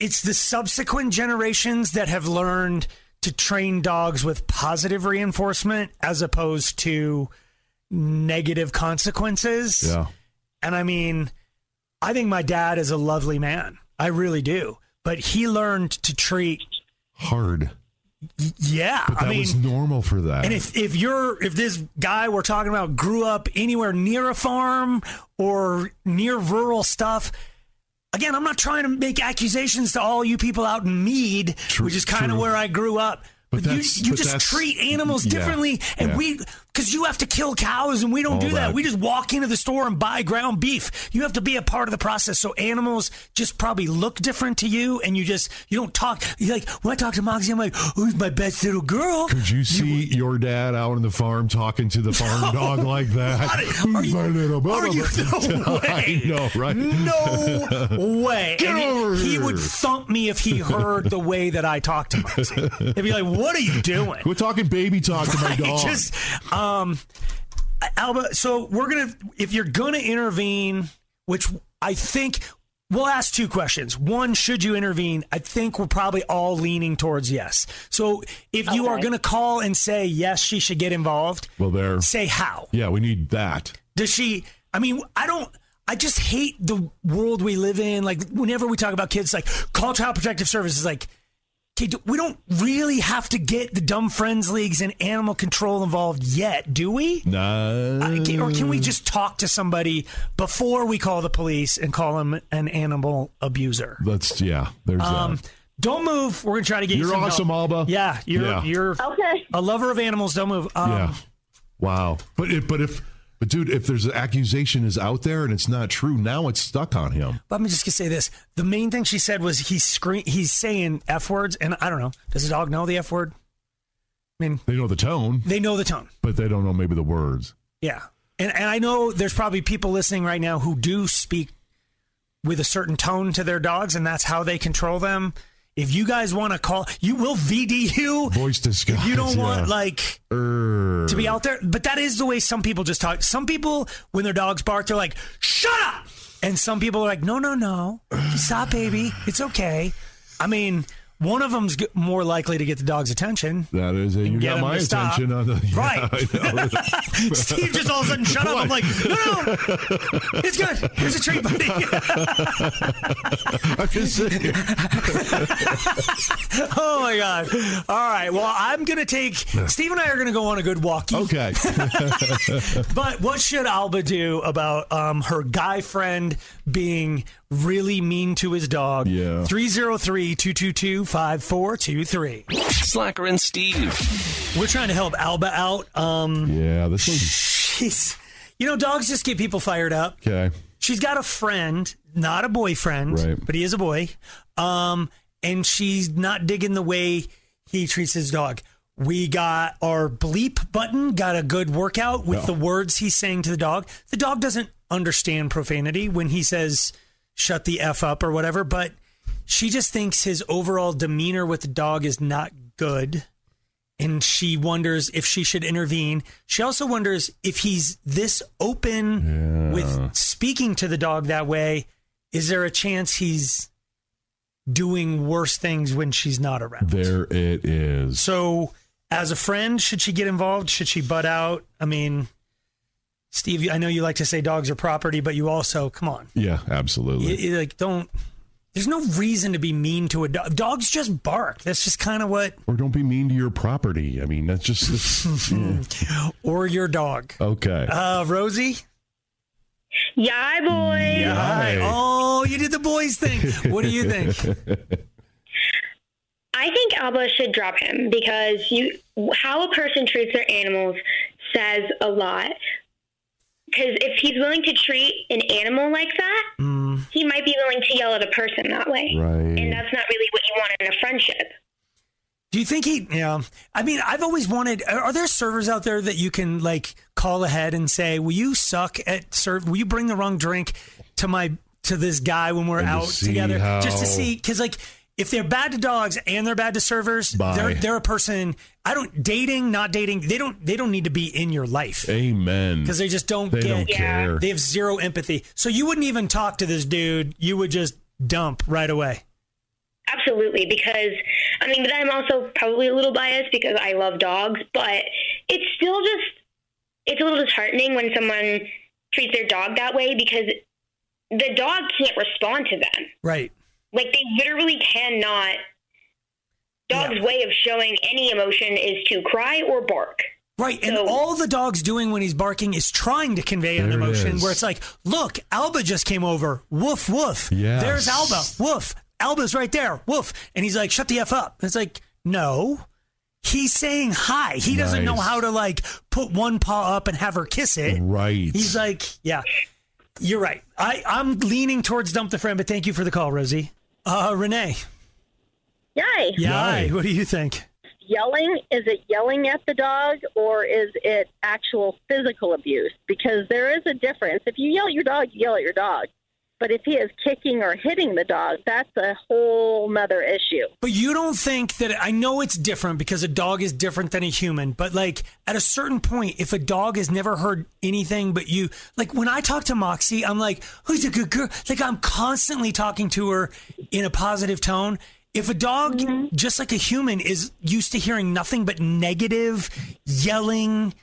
Speaker 4: it's the subsequent generations that have learned to train dogs with positive reinforcement as opposed to negative consequences.
Speaker 3: Yeah.
Speaker 4: And I mean, I think my dad is a lovely man. I really do. But he learned to treat
Speaker 3: Hard.
Speaker 4: yeah,
Speaker 3: But that
Speaker 4: I mean
Speaker 3: was normal for that.
Speaker 4: and if if you're if this guy we're talking about grew up anywhere near a farm or near rural stuff, again, I'm not trying to make accusations to all you people out in Mead,
Speaker 3: True,
Speaker 4: which is kind of
Speaker 3: true.
Speaker 4: where I grew up.
Speaker 3: But
Speaker 4: But, you
Speaker 3: that's-
Speaker 4: you
Speaker 3: but
Speaker 4: just
Speaker 3: that's-
Speaker 4: treat animals
Speaker 3: yeah,
Speaker 4: differently, and
Speaker 3: yeah.
Speaker 4: we because you have to kill cows and we don't
Speaker 3: All
Speaker 4: do that.
Speaker 3: that.
Speaker 4: We just walk into the store and buy ground beef. You have to be a part of the process. So animals just probably look different to you, and you just you don't talk. You're like when I talk to Moxie, I'm like, "Who's my best little girl?"
Speaker 3: Could you see your dad out on the farm talking to the farm
Speaker 4: No.
Speaker 3: dog like that? Who's my little blah,
Speaker 4: Are
Speaker 3: blah,
Speaker 4: you?
Speaker 3: blah.
Speaker 4: No way.
Speaker 3: I know, right?
Speaker 4: No way.
Speaker 3: Get
Speaker 4: And he-
Speaker 3: over
Speaker 4: he,
Speaker 3: here.
Speaker 4: would thump me if he heard the way that I talked to Moxie. He'd be like, "What are you doing?"
Speaker 3: We're talking baby talk to my
Speaker 4: Right,
Speaker 3: dog.
Speaker 4: Just, um, Alba. So we're gonna if you're gonna intervene, which I think we'll ask two questions. One, should you intervene? I think we're probably all leaning towards yes. So if you are
Speaker 3: Okay.
Speaker 4: gonna call and say yes, she should get involved.
Speaker 3: well, there.
Speaker 4: Say how.
Speaker 3: Yeah, we need that.
Speaker 4: Does she? I mean, I don't. I just hate the world we live in. Like, whenever we talk about kids, like, call Child Protective Services. Like, okay, do- we don't really have to get the Dumb Friends Leagues and animal control involved yet, do we?
Speaker 3: No.
Speaker 4: I- Uh, can- or
Speaker 3: Mm.
Speaker 4: can we just talk to somebody before we call the police and call them an animal abuser?
Speaker 3: That's yeah. There's
Speaker 4: Um,
Speaker 3: that.
Speaker 4: don't move. We're gonna try to get you.
Speaker 3: You're
Speaker 4: some help.
Speaker 3: awesome, Alba.
Speaker 4: Yeah, you're
Speaker 3: Yeah.
Speaker 4: you're
Speaker 9: okay.
Speaker 4: a lover of animals. Don't move. Um,
Speaker 3: yeah. Wow. But if but if But dude, if there's an accusation is out there and it's not true, now it's stuck on him.
Speaker 4: But I'm just gonna say this: the main thing she said was he's scream, he's saying f words, and I don't know. Does the dog know the f word? I mean,
Speaker 3: they know the tone.
Speaker 4: They know the tone,
Speaker 3: but they don't know maybe the words.
Speaker 4: Yeah, and and I know there's probably people listening right now who do speak with a certain tone to their dogs, and that's how they control them. If you guys want to call, you will VDU.
Speaker 3: Voice disguise.
Speaker 4: You don't want
Speaker 3: yeah.
Speaker 4: like
Speaker 3: Err.
Speaker 4: to be out there, but that is the way some people just talk. Some people, when their dogs bark, they're like, "Shut up," and some people are like, "No, no, no, stop, baby, it's okay." I mean, one of them's g- more likely to get the dog's attention.
Speaker 3: That is it. You
Speaker 4: get
Speaker 3: got
Speaker 4: him
Speaker 3: my
Speaker 4: to stop.
Speaker 3: attention on the yeah,
Speaker 4: Right.
Speaker 3: I know.
Speaker 4: Steve just all of a sudden shut up. I'm like, no, no, no, it's good. Here's a treat, buddy.
Speaker 3: I'm just saying.
Speaker 4: oh my god! All right. Well, I'm gonna take Steve and I are gonna go on a good walk.
Speaker 3: Okay.
Speaker 4: but what should Alba do about um, her guy friend being really mean to his dog? Yeah. 303-222-5423.
Speaker 2: Slacker and Steve.
Speaker 4: We're trying to help Alba out. Um,
Speaker 3: yeah, this one's
Speaker 4: she's, you know, dogs just get people fired up.
Speaker 3: okay.
Speaker 4: She's got a friend, not a boyfriend,
Speaker 3: Right.
Speaker 4: but he is a boy. Um, and she's not digging the way he treats his dog. We got our bleep button, got a good workout with
Speaker 3: Yeah.
Speaker 4: the words he's saying to the dog. The dog doesn't understand profanity when he says, shut the F up or whatever, but she just thinks his overall demeanor with the dog is not good and she wonders if she should intervene. She also wonders if he's this open with speaking to the dog that way. Is there a chance he's doing worse things when she's not around?
Speaker 3: There it is.
Speaker 4: So, as a friend, should she get involved? Should she butt out? I mean, Steve, I know you like to say dogs are property, but you also, come on,
Speaker 3: Yeah, absolutely.
Speaker 4: you, you, like don't. There's no reason to be mean to a dog. Dogs just bark. That's just kind of what,
Speaker 3: or don't be mean to your property. I mean, that's just that's, yeah.
Speaker 4: or your dog.
Speaker 3: okay.
Speaker 4: Uh, Rosie.
Speaker 11: Yai boy.
Speaker 4: Yai. Oh, you did the boys thing. What do you think?
Speaker 11: I think Alba should drop him because you how a person treats their animals says a lot. Because if he's willing to treat an animal like that,
Speaker 4: Mm.
Speaker 11: he might be willing to yell at a person that way.
Speaker 3: Right.
Speaker 11: And that's not really what you want in a friendship.
Speaker 4: Do you think he? Yeah. I mean, I've always wanted. Are are there servers out there that you can like call ahead and say, "Will you suck at serve? Will you bring the wrong drink to my to this guy when we're
Speaker 3: And to
Speaker 4: out
Speaker 3: see
Speaker 4: together?"
Speaker 3: how-
Speaker 4: Just to see, because like. If they're bad to dogs and they're bad to servers,
Speaker 3: Bye.
Speaker 4: they're they're a person. I don't dating, not dating. They don't they don't need to be in your life.
Speaker 3: Amen.
Speaker 4: because they just don't
Speaker 3: Mm. They
Speaker 4: get
Speaker 3: don't care.
Speaker 4: they have zero empathy so you wouldn't even talk to this dude you would just dump right away
Speaker 11: Absolutely, because I mean, but I'm also probably a little biased because I love dogs, but it's still just it's a little disheartening when someone treats their dog that way because the dog can't respond to them.
Speaker 4: right
Speaker 11: Like they literally cannot. Dog's way of showing any emotion is to cry or bark.
Speaker 4: right and all the dog's doing when he's barking is trying to convey an
Speaker 3: There it
Speaker 4: emotion
Speaker 3: is.
Speaker 4: where it's like look alba just came over woof woof
Speaker 3: Yes.
Speaker 4: there's alba woof alba's right there woof and he's like shut the f up it's like no he's saying hi he doesn't know
Speaker 3: Nice.
Speaker 4: how to like put one paw up and have her kiss it
Speaker 3: right.
Speaker 4: he's like yeah you're right I, i'm leaning towards dump the friend but thank you for the call rosie uh, renee
Speaker 10: Yay.
Speaker 4: Yeah. What do you think?
Speaker 10: Yelling, is it yelling at the dog or is it actual physical abuse? Because there is a difference. If you yell at your dog, you yell at your dog. But if he is kicking or hitting the dog, that's a whole nother issue.
Speaker 4: But you don't think that I know it's different because a dog is different than a human, but like at a certain point, if a dog has never heard anything but you, like when I talk to Moxie, I'm like, who's a good girl? Like I'm constantly talking to her in a positive tone. If a dog, just like a human, is used to hearing nothing but negative yelling,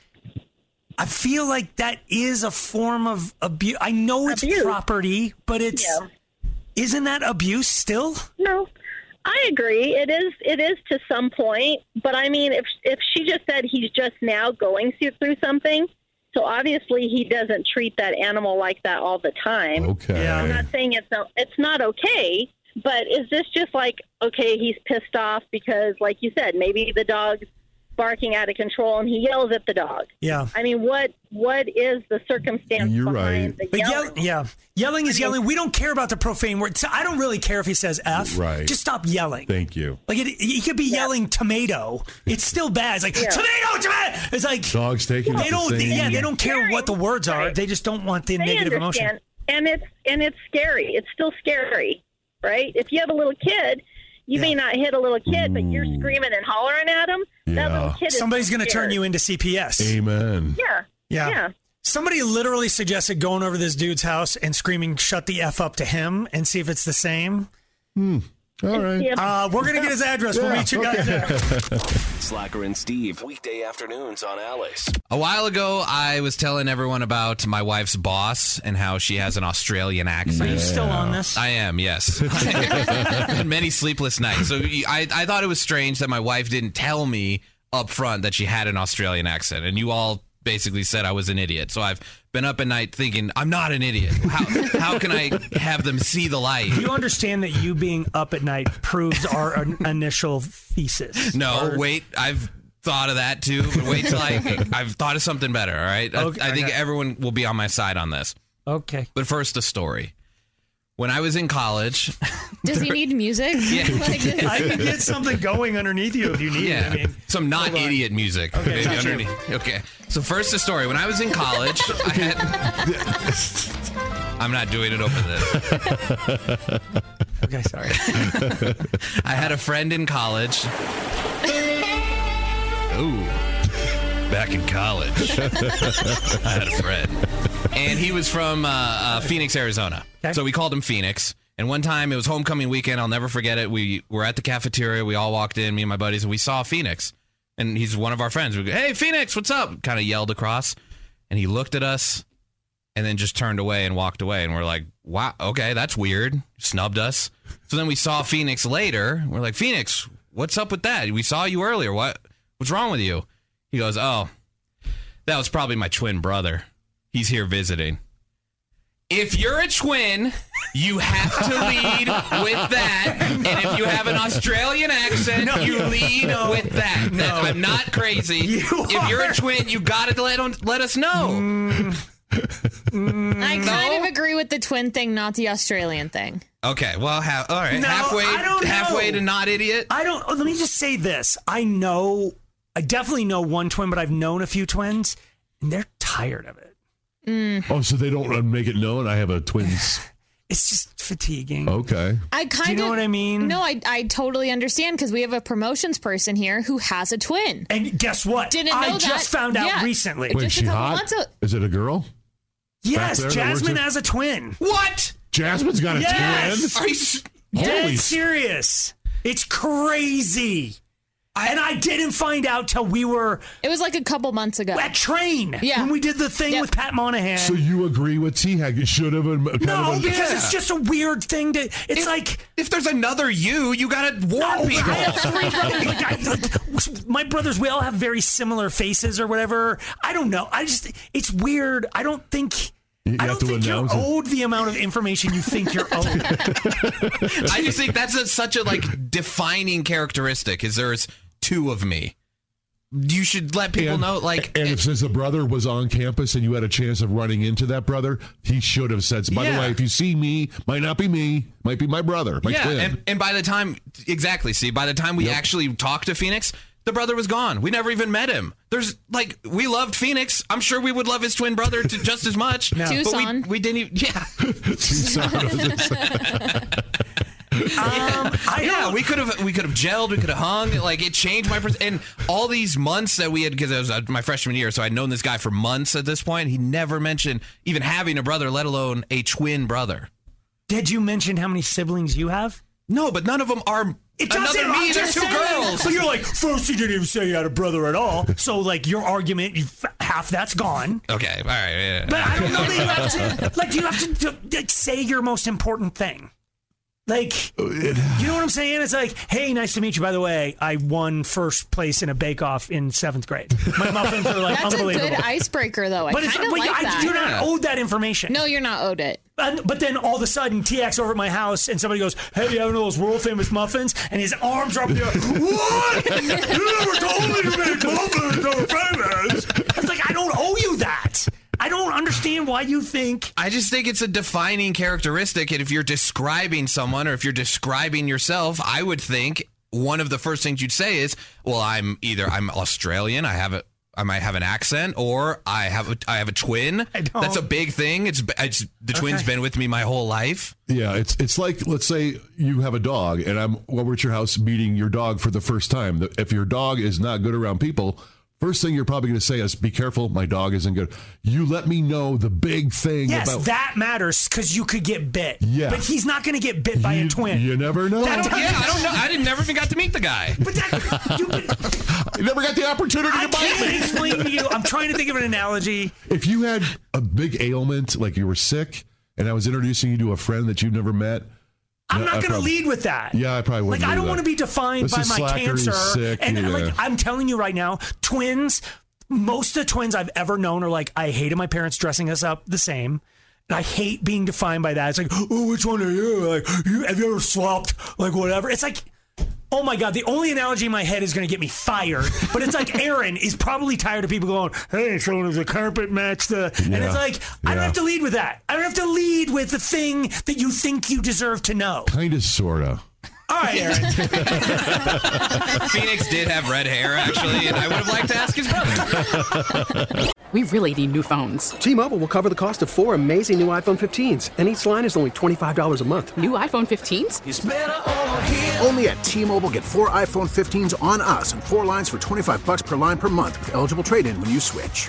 Speaker 4: I feel like that is a form of abuse. I know it's property, but it's isn't that abuse still?
Speaker 10: No, I agree. It is. It is to some point, but I mean, if if she just said he's just now going through, through something, so obviously he doesn't treat that animal like that all the time.
Speaker 3: Okay.
Speaker 10: I'm not saying it's not, it's not okay, but is this just like okay, he's pissed off because, like you said, maybe the dog's barking out of control and he yells at the dog.
Speaker 4: Yeah.
Speaker 10: I mean, what what is the circumstance?
Speaker 3: You're
Speaker 10: behind The
Speaker 4: But
Speaker 10: yelling?
Speaker 4: yell, yeah, yelling is yelling. We don't care about the profane word. So I don't really care if he says f.
Speaker 3: Right.
Speaker 4: Just stop yelling.
Speaker 3: Thank you.
Speaker 4: Like it, he could be yelling tomato. It's still bad. It's like
Speaker 3: Yeah.
Speaker 4: tomato, tomato. It's like
Speaker 3: Dogs taking
Speaker 4: they
Speaker 3: it the
Speaker 4: don't.
Speaker 3: same-
Speaker 4: yeah, they don't care what the words are. They just don't want the
Speaker 10: They
Speaker 4: negative emotion.
Speaker 10: understand. And it's and it's scary. It's still scary, right? If you have a little kid, you may not hit a little kid, but you're
Speaker 4: Mm.
Speaker 10: screaming and hollering at him. That little kid is
Speaker 4: Somebody's going to turn you into CPS.
Speaker 3: Amen.
Speaker 10: Yeah.
Speaker 4: Yeah.
Speaker 10: Yeah.
Speaker 4: Somebody literally suggested going over to this dude's house and screaming "Shut the f up" to him and see if it's the same.
Speaker 3: Hmm. All
Speaker 2: right.
Speaker 4: Uh, we're gonna get his address. we'll meet you guys there.
Speaker 2: Slacker and Steve, weekday afternoons on Alice.
Speaker 6: A while ago, I was telling everyone about my wife's boss and how she has an Australian accent.
Speaker 4: Are you still on this?
Speaker 6: I am, yes. Had Many sleepless nights. So you- I, I thought it was strange that my wife didn't tell me up front that she had an Australian accent. And you all basically said I was an idiot. So I've been up at night thinking, I'm not an idiot. How, how can I have them see the light?
Speaker 4: Do you understand that you being up at night proves our in- initial thesis?
Speaker 6: No,
Speaker 4: Or-
Speaker 6: wait. I've thought of that too. But wait till I, I've thought of something better. All right. I-
Speaker 4: Okay,
Speaker 6: I, think
Speaker 4: okay.
Speaker 6: everyone will be on my side on this.
Speaker 4: Okay.
Speaker 6: But first, a story. When I was in college,
Speaker 5: Does he need music? Yeah.
Speaker 4: I can get something going underneath you if you need
Speaker 6: yeah,
Speaker 4: it. I mean,
Speaker 6: some not idiot music.
Speaker 4: Okay,
Speaker 6: maybe
Speaker 4: gotcha.
Speaker 6: underneath. Okay. So first, a story. When I was in college, I had. I'm not doing it over this.
Speaker 4: okay, sorry.
Speaker 6: I had a friend in college. Ooh. Back in college, I had a friend, and he was from uh, uh, Phoenix, Arizona. So we called him Phoenix. And one time, it was homecoming weekend. I'll never forget it. We were at the cafeteria. We all walked in, me and my buddies, and we saw Phoenix. And he's one of our friends. We go, "Hey, Phoenix, what's up?" Kind of yelled across, and he looked at us, and then just turned away and walked away. And we're like, wow, okay, that's weird. Snubbed us. So then we saw Phoenix later. We're like, Phoenix, what's up with that? We saw you earlier. What what's wrong with you? He goes, Oh, that was probably my twin brother. He's here visiting. If you're a twin, you have to lead with that. And if you have an Australian accent,
Speaker 2: No.
Speaker 6: you lead
Speaker 2: No.
Speaker 6: with that.
Speaker 2: No.
Speaker 6: That- I'm not crazy. if you're a twin, you got to let, on- let us know.
Speaker 2: Mm.
Speaker 4: Mm,
Speaker 5: I kind of agree with the twin thing, not the Australian thing.
Speaker 6: Okay, well, ha- all right,
Speaker 4: No,
Speaker 6: halfway,
Speaker 4: Oh, I don't know.
Speaker 6: halfway to not idiot.
Speaker 4: I don't. oh, let me just say this. I know. I definitely know one twin, but I've known a few twins, and they're tired of it.
Speaker 5: Mm.
Speaker 3: Oh, so they don't uh, make it known I have a twins.
Speaker 4: It's just fatiguing.
Speaker 3: Okay.
Speaker 5: I kind of.
Speaker 4: know what I mean?
Speaker 5: No, I, I totally understand because we have a promotions person here who has a twin.
Speaker 4: And guess what?
Speaker 5: Didn't
Speaker 4: I
Speaker 5: know that.
Speaker 4: just found out
Speaker 5: Yeah.
Speaker 4: recently.
Speaker 3: Wait,
Speaker 5: just
Speaker 3: she
Speaker 5: a couple
Speaker 3: hot?
Speaker 5: months ago-
Speaker 3: Is it a girl? Back
Speaker 4: Yes,
Speaker 3: there that works
Speaker 4: Jasmine
Speaker 3: with-
Speaker 4: has a twin.
Speaker 6: What?
Speaker 3: Jasmine's got a
Speaker 4: Yes.
Speaker 3: twin.
Speaker 4: Are you
Speaker 3: Holy
Speaker 4: Dead
Speaker 3: s-
Speaker 4: serious. It's crazy. and I didn't find out till we were
Speaker 5: It was like a couple months ago.
Speaker 4: at train
Speaker 5: Yeah.
Speaker 4: when we did the thing with Pat Monahan.
Speaker 3: So you agree with T Hag? It should have been. Kind
Speaker 4: no,
Speaker 3: of a-
Speaker 4: because it's just a weird thing to. It's like
Speaker 6: if there's another you, you gotta warn
Speaker 4: I
Speaker 6: people.
Speaker 4: have three brothers. Like, I- like, my brothers, we all have very similar faces or whatever. I don't know. I just, it's weird. I don't think.
Speaker 3: You
Speaker 4: I
Speaker 3: have
Speaker 4: don't
Speaker 3: to
Speaker 4: think you're
Speaker 3: announce it.
Speaker 4: owed the amount of information you think you're owed.
Speaker 6: I just think that's a, such a like defining characteristic. Is there's two of me? You should let people know. Like,
Speaker 3: and if since the brother was on campus and you had a chance of running into that brother, he should have said. By
Speaker 6: Yeah.
Speaker 3: the way, if you see me, might not be me, might be my brother, my
Speaker 6: yeah,
Speaker 3: twin.
Speaker 6: and, and by the time exactly, see, by the time we actually talked to Phoenix, the brother was gone. We never even met him. There's like we loved Phoenix. I'm sure we would love his twin brother to, just as much.
Speaker 4: No.
Speaker 6: But we-
Speaker 4: Tucson.
Speaker 6: We, didn't. Even, yeah. yeah, we could have we could have gelled, we could have hung. Like it changed my pers- and all these months that we had because it was uh, my freshman year, so I'd known this guy for months at this point. He never mentioned even having a brother, let alone a twin brother.
Speaker 4: Did you mention how many siblings you have?
Speaker 6: No, but none of them are.
Speaker 4: It doesn't.
Speaker 6: Another me,
Speaker 4: I'm
Speaker 6: they're
Speaker 4: just
Speaker 6: two
Speaker 4: saying.
Speaker 6: girls.
Speaker 4: So you're like, first you didn't even say you had a brother at all. So like your argument, you half that's gone.
Speaker 6: Okay, all right. Yeah.
Speaker 4: But I don't know that you have to. Like you have to, to like, say your most important thing. Like, you know what I'm saying? It's like, hey, nice to meet you. By the way, I won first place in a bake off in seventh grade. My muffins are like
Speaker 7: That's a
Speaker 4: unbelievable.
Speaker 7: good icebreaker, though. I
Speaker 4: but
Speaker 7: kind
Speaker 4: it's
Speaker 7: of
Speaker 4: but
Speaker 7: like
Speaker 4: I-
Speaker 7: that.
Speaker 4: you're not owed that information.
Speaker 7: No, you're not owed it.
Speaker 4: And, but then all of a sudden, TX over at my house, and somebody goes, "Hey, you having those world famous muffins?" And his arms are up there. What? you never told me to make muffins so famous. It's like I don't owe you that. I don't understand why you think.
Speaker 6: I just think it's a defining characteristic. And if you're describing someone or if you're describing yourself, I would think one of the first things you'd say is, well, I'm either I'm Australian, I have a I might have an accent, or I have a, I have a twin. That's a big thing. It's it's the twin's been with me my whole life.
Speaker 3: Yeah, it's it's like let's say you have a dog and I'm over at your house meeting your dog for the first time. The- If your dog is not good around people, first thing you're probably going to say is be careful, my dog isn't good. You let me know the big thing
Speaker 4: Yes,
Speaker 3: about
Speaker 4: that matters because you could get bit.
Speaker 3: Yes.
Speaker 4: But he's not going to get bit by a twin.
Speaker 3: You never know.
Speaker 4: That don't-
Speaker 6: yeah, I don't know. I didn't never even got to meet the guy.
Speaker 4: But that, you,
Speaker 3: never got the opportunity
Speaker 4: I can't explain to you. I'm trying to think of an analogy.
Speaker 3: If you had a big ailment, like you were sick, and I was introducing you to a friend that you've never met,
Speaker 4: I'm
Speaker 3: I- I
Speaker 4: not going to
Speaker 3: probably-
Speaker 4: lead with that.
Speaker 3: Yeah, I probably
Speaker 4: Like
Speaker 3: wouldn't
Speaker 4: I
Speaker 3: do
Speaker 4: don't
Speaker 3: that.
Speaker 4: want to be defined
Speaker 3: This
Speaker 4: by
Speaker 3: is
Speaker 4: my
Speaker 3: slacker, he's
Speaker 4: cancer.
Speaker 3: sick,
Speaker 4: and
Speaker 3: yeah.
Speaker 4: like I'm telling you right now, twins. Most of the twins I've ever known are like I hated my parents dressing us up the same. And I hate being defined by that. It's like, oh, which one are you? Like, you, have you ever swapped? Like, whatever. It's like, oh my god, the only analogy in my head is going to get me fired. But it's like Aaron is probably tired of people going, hey, so does the carpet match the? And
Speaker 3: Yeah.
Speaker 4: it's like I don't
Speaker 3: Yeah.
Speaker 4: have to lead with that. I don't have to lead with the thing that you think you deserve to know.
Speaker 3: kind of, sort of.
Speaker 4: All right, Aaron.
Speaker 6: Phoenix did have red hair actually, and I would have liked to ask his brother.
Speaker 12: We really need new phones.
Speaker 13: T-Mobile will cover the cost of four amazing new iPhone 15s, and each line is only $25 a month.
Speaker 12: New iPhone 15s?
Speaker 14: Only at T-Mobile get four iPhone 15s on us and four lines for 25 bucks per line per month with eligible trade-in when you switch.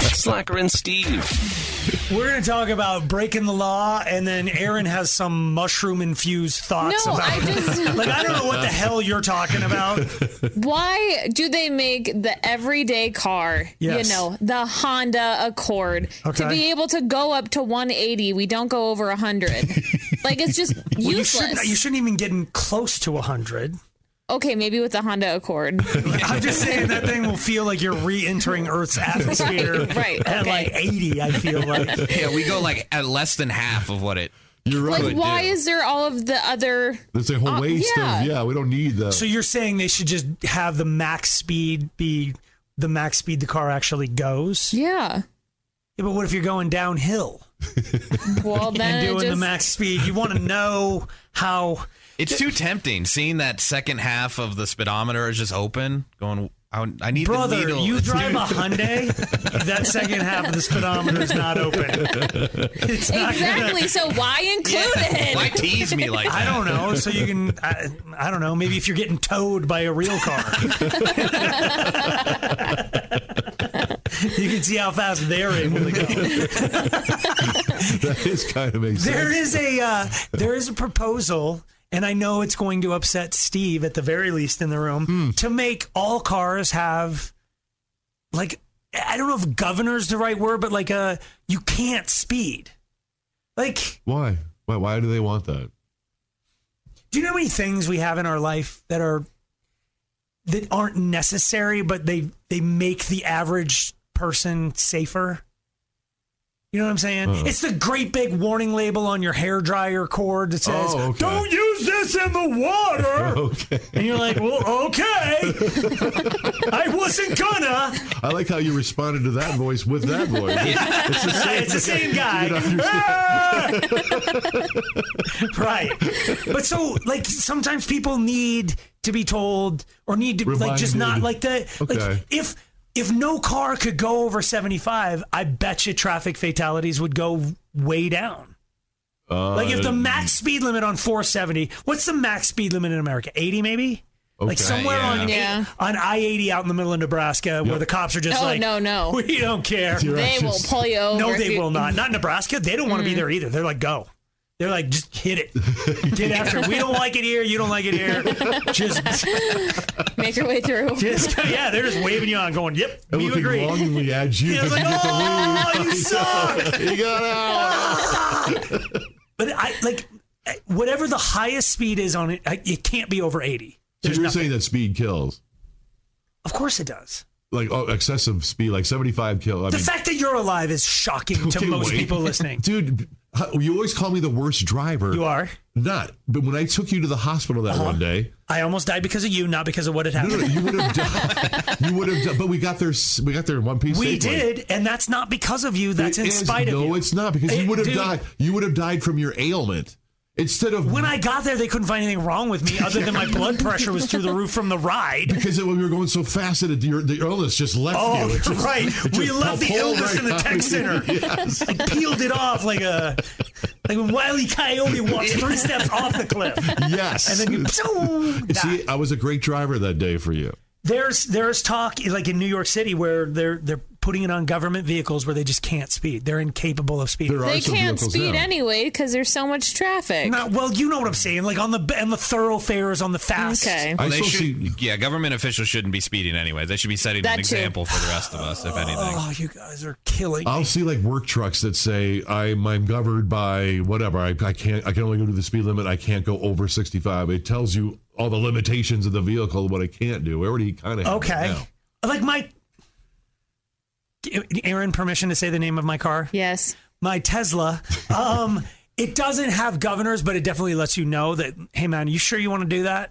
Speaker 2: Slacker and Steve.
Speaker 4: We're going to talk about breaking the law, and then Aaron has some mushroom infused thoughts
Speaker 7: No,
Speaker 4: about
Speaker 7: I just-
Speaker 4: like I don't know what the hell you're talking about.
Speaker 7: Why do they make the everyday car,
Speaker 4: Yes.
Speaker 7: you know, the Honda Accord,
Speaker 4: Okay.
Speaker 7: to be able to go up to 180? We don't go over 100. like, it's just
Speaker 4: Well, you
Speaker 7: useless.
Speaker 4: shouldn't you shouldn't even get in close to hundred.
Speaker 7: okay, maybe with the Honda Accord.
Speaker 4: I'm just saying that thing will feel like you're re-entering Earth's atmosphere
Speaker 7: Right, right,
Speaker 4: at
Speaker 7: okay.
Speaker 4: like 80. I feel like
Speaker 6: yeah, we go like at less than half of what it.
Speaker 3: You're
Speaker 7: like, why is there all of the other.
Speaker 3: There's a whole
Speaker 7: Uh,
Speaker 3: waste
Speaker 7: yeah.
Speaker 3: of yeah. We don't need that.
Speaker 4: So you're saying they should just have the max speed be the max speed the car actually goes?
Speaker 7: Yeah.
Speaker 4: Yeah, but what if you're going downhill?
Speaker 7: Well, then
Speaker 4: and
Speaker 7: it
Speaker 4: doing the
Speaker 7: just-
Speaker 4: max speed, you want to know how
Speaker 6: It's too tempting seeing that second half of the speedometer is just open, going. I I, would- I need
Speaker 4: Brother,
Speaker 6: the needle.
Speaker 4: you
Speaker 6: It's-
Speaker 4: drive a Hyundai, that second half of the speedometer is not open. It's not
Speaker 7: exactly.
Speaker 4: gonna-
Speaker 7: So why include it?
Speaker 6: Why tease me like
Speaker 4: I
Speaker 6: that?
Speaker 4: don't know. So you can, I, I don't know. Maybe if you're getting towed by a real car, you can see how fast they're able to go.
Speaker 3: that is kind of makes
Speaker 4: There
Speaker 3: sense.
Speaker 4: is a uh, there is a proposal, and I know it's going to upset Steve at the very least in the room to make all cars have like I don't know if "governor's" the right word, but like a you can't speed. Like,
Speaker 3: why? Why? Why do they want that?
Speaker 4: do you know how many things we have in our life that are that aren't necessary, but they they make the average person safer? You know what I'm saying?
Speaker 15: Uh-huh.
Speaker 4: It's the great big warning label on your hair dryer cord that says,
Speaker 15: Oh, okay.
Speaker 4: "Don't use this in the water."
Speaker 3: Okay.
Speaker 4: And you're like, "Well, okay, I wasn't gonna."
Speaker 3: I like how you responded to that voice with that voice. It's the same,
Speaker 4: It's the same guy.
Speaker 3: You don't understand.
Speaker 4: right. But so like sometimes people need to be told or need to like just not
Speaker 15: Reminded.
Speaker 4: like the
Speaker 15: Okay.
Speaker 4: like if if no car could go over 75, I bet you traffic fatalities would go way down.
Speaker 3: Uh,
Speaker 4: Like if the max speed limit on 470, what's the max speed limit in America? 80 maybe? Like
Speaker 3: Okay.
Speaker 4: somewhere
Speaker 3: Yeah.
Speaker 4: on
Speaker 3: Yeah.
Speaker 4: on I eighty out in the middle of Nebraska, where the cops are just
Speaker 7: Oh,
Speaker 4: like,
Speaker 7: no, no.
Speaker 4: we don't care.
Speaker 7: You're They right. will pull you
Speaker 4: No,
Speaker 7: over if
Speaker 4: they
Speaker 7: you- Mm.
Speaker 4: will not. Not in Nebraska. They don't want to be there either. They're like, go. They're like, just hit it. Get after it. We don't like it here. You don't like it here. Just,
Speaker 7: Make your way through.
Speaker 4: just yeah. They're just waving you on, going, yep,
Speaker 3: And
Speaker 4: you
Speaker 3: looking
Speaker 4: agree.
Speaker 3: longingly at you.
Speaker 4: Yeah, it's like,
Speaker 3: You get the
Speaker 4: oh,
Speaker 3: lead.
Speaker 4: you suck.
Speaker 3: you got out.
Speaker 4: But I like eh, whatever the highest speed is on it. I- It can't be over eighty.
Speaker 3: So you're saying that speed kills,
Speaker 4: Of course it does.
Speaker 3: like oh, excessive speed, like 75 kill. I
Speaker 4: the
Speaker 3: mean,
Speaker 4: fact that you're alive is shocking to
Speaker 3: Okay,
Speaker 4: most
Speaker 3: wait.
Speaker 4: people listening.
Speaker 3: Dude, h- you always call me the worst driver. You
Speaker 4: are. Uh-huh.
Speaker 3: Not. But when I took you to the hospital that one day,
Speaker 4: I almost died because of you, not because of what had
Speaker 3: no,
Speaker 4: happened.
Speaker 3: no, no, you would have died. You would have died. But we got there, s- we got there in one piece. safely.
Speaker 4: we did, and that's not because of you. That's
Speaker 3: It
Speaker 4: in
Speaker 3: is-
Speaker 4: spite
Speaker 3: no,
Speaker 4: of you.
Speaker 3: it's not because
Speaker 4: It-
Speaker 3: you would have
Speaker 4: dude,
Speaker 3: died. You would have died from your ailment instead of
Speaker 4: When I got there, they couldn't find anything wrong with me other than my blood pressure was through the roof from the ride.
Speaker 3: because when we were going so fast that it, your, the illness just left
Speaker 4: Oh,
Speaker 3: you. It
Speaker 4: you're
Speaker 3: just-
Speaker 4: right.
Speaker 3: it
Speaker 4: We
Speaker 3: just
Speaker 4: left the
Speaker 3: pulled
Speaker 4: illness
Speaker 3: right
Speaker 4: in the
Speaker 3: out.
Speaker 4: tech center.
Speaker 3: Yes.
Speaker 4: I peeled it off like a like when Wile E. Coyote walks three steps off the cliff.
Speaker 3: Yes.
Speaker 4: And then you
Speaker 3: You see, I was a great driver that day for you.
Speaker 4: There's there's talk like in New York City where they're they're putting it on government vehicles where they just can't speed. They're incapable of speeding.
Speaker 7: They can't speed anyway because there's so much traffic.
Speaker 4: Not, Uh, well, you know what I'm saying. Like on the and the thoroughfares on the fast.
Speaker 7: Okay.
Speaker 6: Well, they should, yeah, government officials shouldn't be speeding anyway. They should be setting
Speaker 4: That
Speaker 6: an
Speaker 4: too.
Speaker 6: example for the rest of us, if anything.
Speaker 4: Oh, you guys are killing.
Speaker 3: I'll see like work trucks that say I'm I'm governed by whatever I, I can't I can only go to the speed limit I can't go over 65. It tells you all the limitations of the vehicle what I can't do. We already kind of
Speaker 4: Okay. Like my Aaron, permission to say the name of my car?
Speaker 7: Yes.
Speaker 4: My Tesla. Um, it doesn't have governors, but it definitely lets you know that, hey man, you sure you want to do that?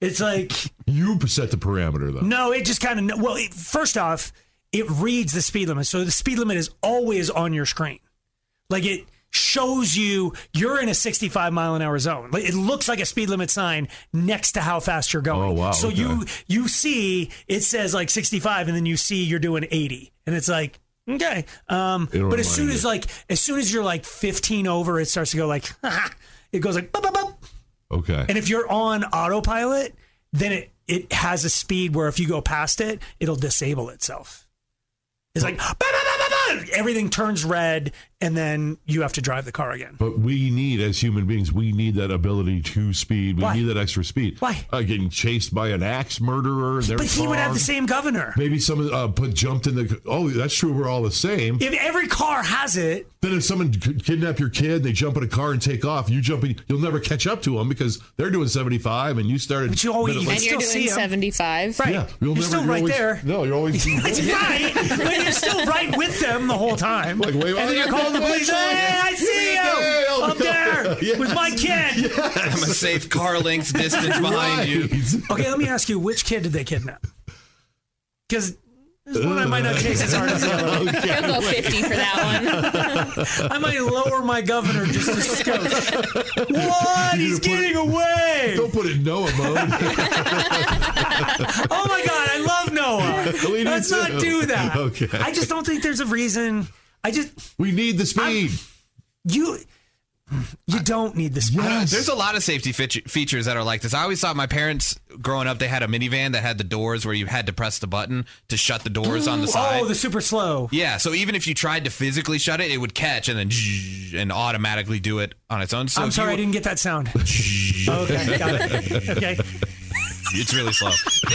Speaker 4: It's like
Speaker 3: You set the parameter though.
Speaker 4: no, it just kind of well. It, first off, it reads the speed limit, so the speed limit is always on your screen. Like it shows you you're in a 65 mile an hour zone. Like it looks like a speed limit sign next to how fast you're going.
Speaker 3: Oh, wow,
Speaker 4: So
Speaker 3: okay.
Speaker 4: you you see it says like 65, and then you see you're doing 80, and it's like. Okay, um,
Speaker 3: It'll
Speaker 4: but as soon
Speaker 3: remind
Speaker 4: as
Speaker 3: you.
Speaker 4: like as soon as you're like 15 over, it starts to go like it goes like bup, bup, bup,
Speaker 3: Okay.
Speaker 4: and if you're on autopilot, then it, it has a speed where if you go past it, it'll disable itself. It's like "Bah, bah, bah, bah, bah," everything turns red, and then you have to drive the car again.
Speaker 3: But we need, as human beings, we need that ability to speed. We
Speaker 4: Why?
Speaker 3: need that extra speed. Why? Uh, getting chased by an axe murderer.
Speaker 4: But he would have the same governor.
Speaker 3: Maybe someone uh, put jumped in the. Oh, that's true. We're all the same.
Speaker 4: If every car has it,
Speaker 3: then if someone k- kidnap your kid, they jump in a car and take off. You jump in, you'll never catch up to them because they're doing seventy five, and you started. But you
Speaker 7: and you're doing 75.
Speaker 3: Yeah, you'll never- you're always- No, you're always.
Speaker 4: It's right, but you're still right with them the whole time. Like,
Speaker 3: wait,
Speaker 4: and then
Speaker 3: wait,
Speaker 4: you're calling the
Speaker 3: wait,
Speaker 4: police.
Speaker 3: wait,
Speaker 4: Hey, I see you
Speaker 3: wait,
Speaker 4: up there
Speaker 3: Yes.
Speaker 4: with my kid.
Speaker 6: I'm a safe car length distance behind you.
Speaker 4: Okay, let me ask you, which kid did they kidnap? Because There's one I might
Speaker 6: Uh.
Speaker 4: not chase as hard as the other. one.
Speaker 5: Okay. He'll go 50 for that
Speaker 4: one. I might lower my governor just a skosh. What? He's getting away.
Speaker 3: Don't put it in Noah mode.
Speaker 4: oh my God, I love Noah.
Speaker 3: We do
Speaker 4: uh, Let's not
Speaker 3: too.
Speaker 4: do that.
Speaker 3: Okay.
Speaker 4: I just don't think there's a reason. I just.
Speaker 3: We need the speed.
Speaker 4: you. You don't need the speed.
Speaker 6: There's a lot of safety feature- features that are like this. I always thought my parents growing up they had a minivan that had the doors where you had to press the button to shut the doors on the side.
Speaker 4: Oh, the super slow.
Speaker 6: yeah, so even if you tried to physically shut it, it would catch and then zzz, and automatically do it on its own. So
Speaker 4: I'm
Speaker 6: if
Speaker 4: sorry, I
Speaker 6: you,
Speaker 4: didn't get that sound. okay, got it. Okay.
Speaker 6: it's really slow.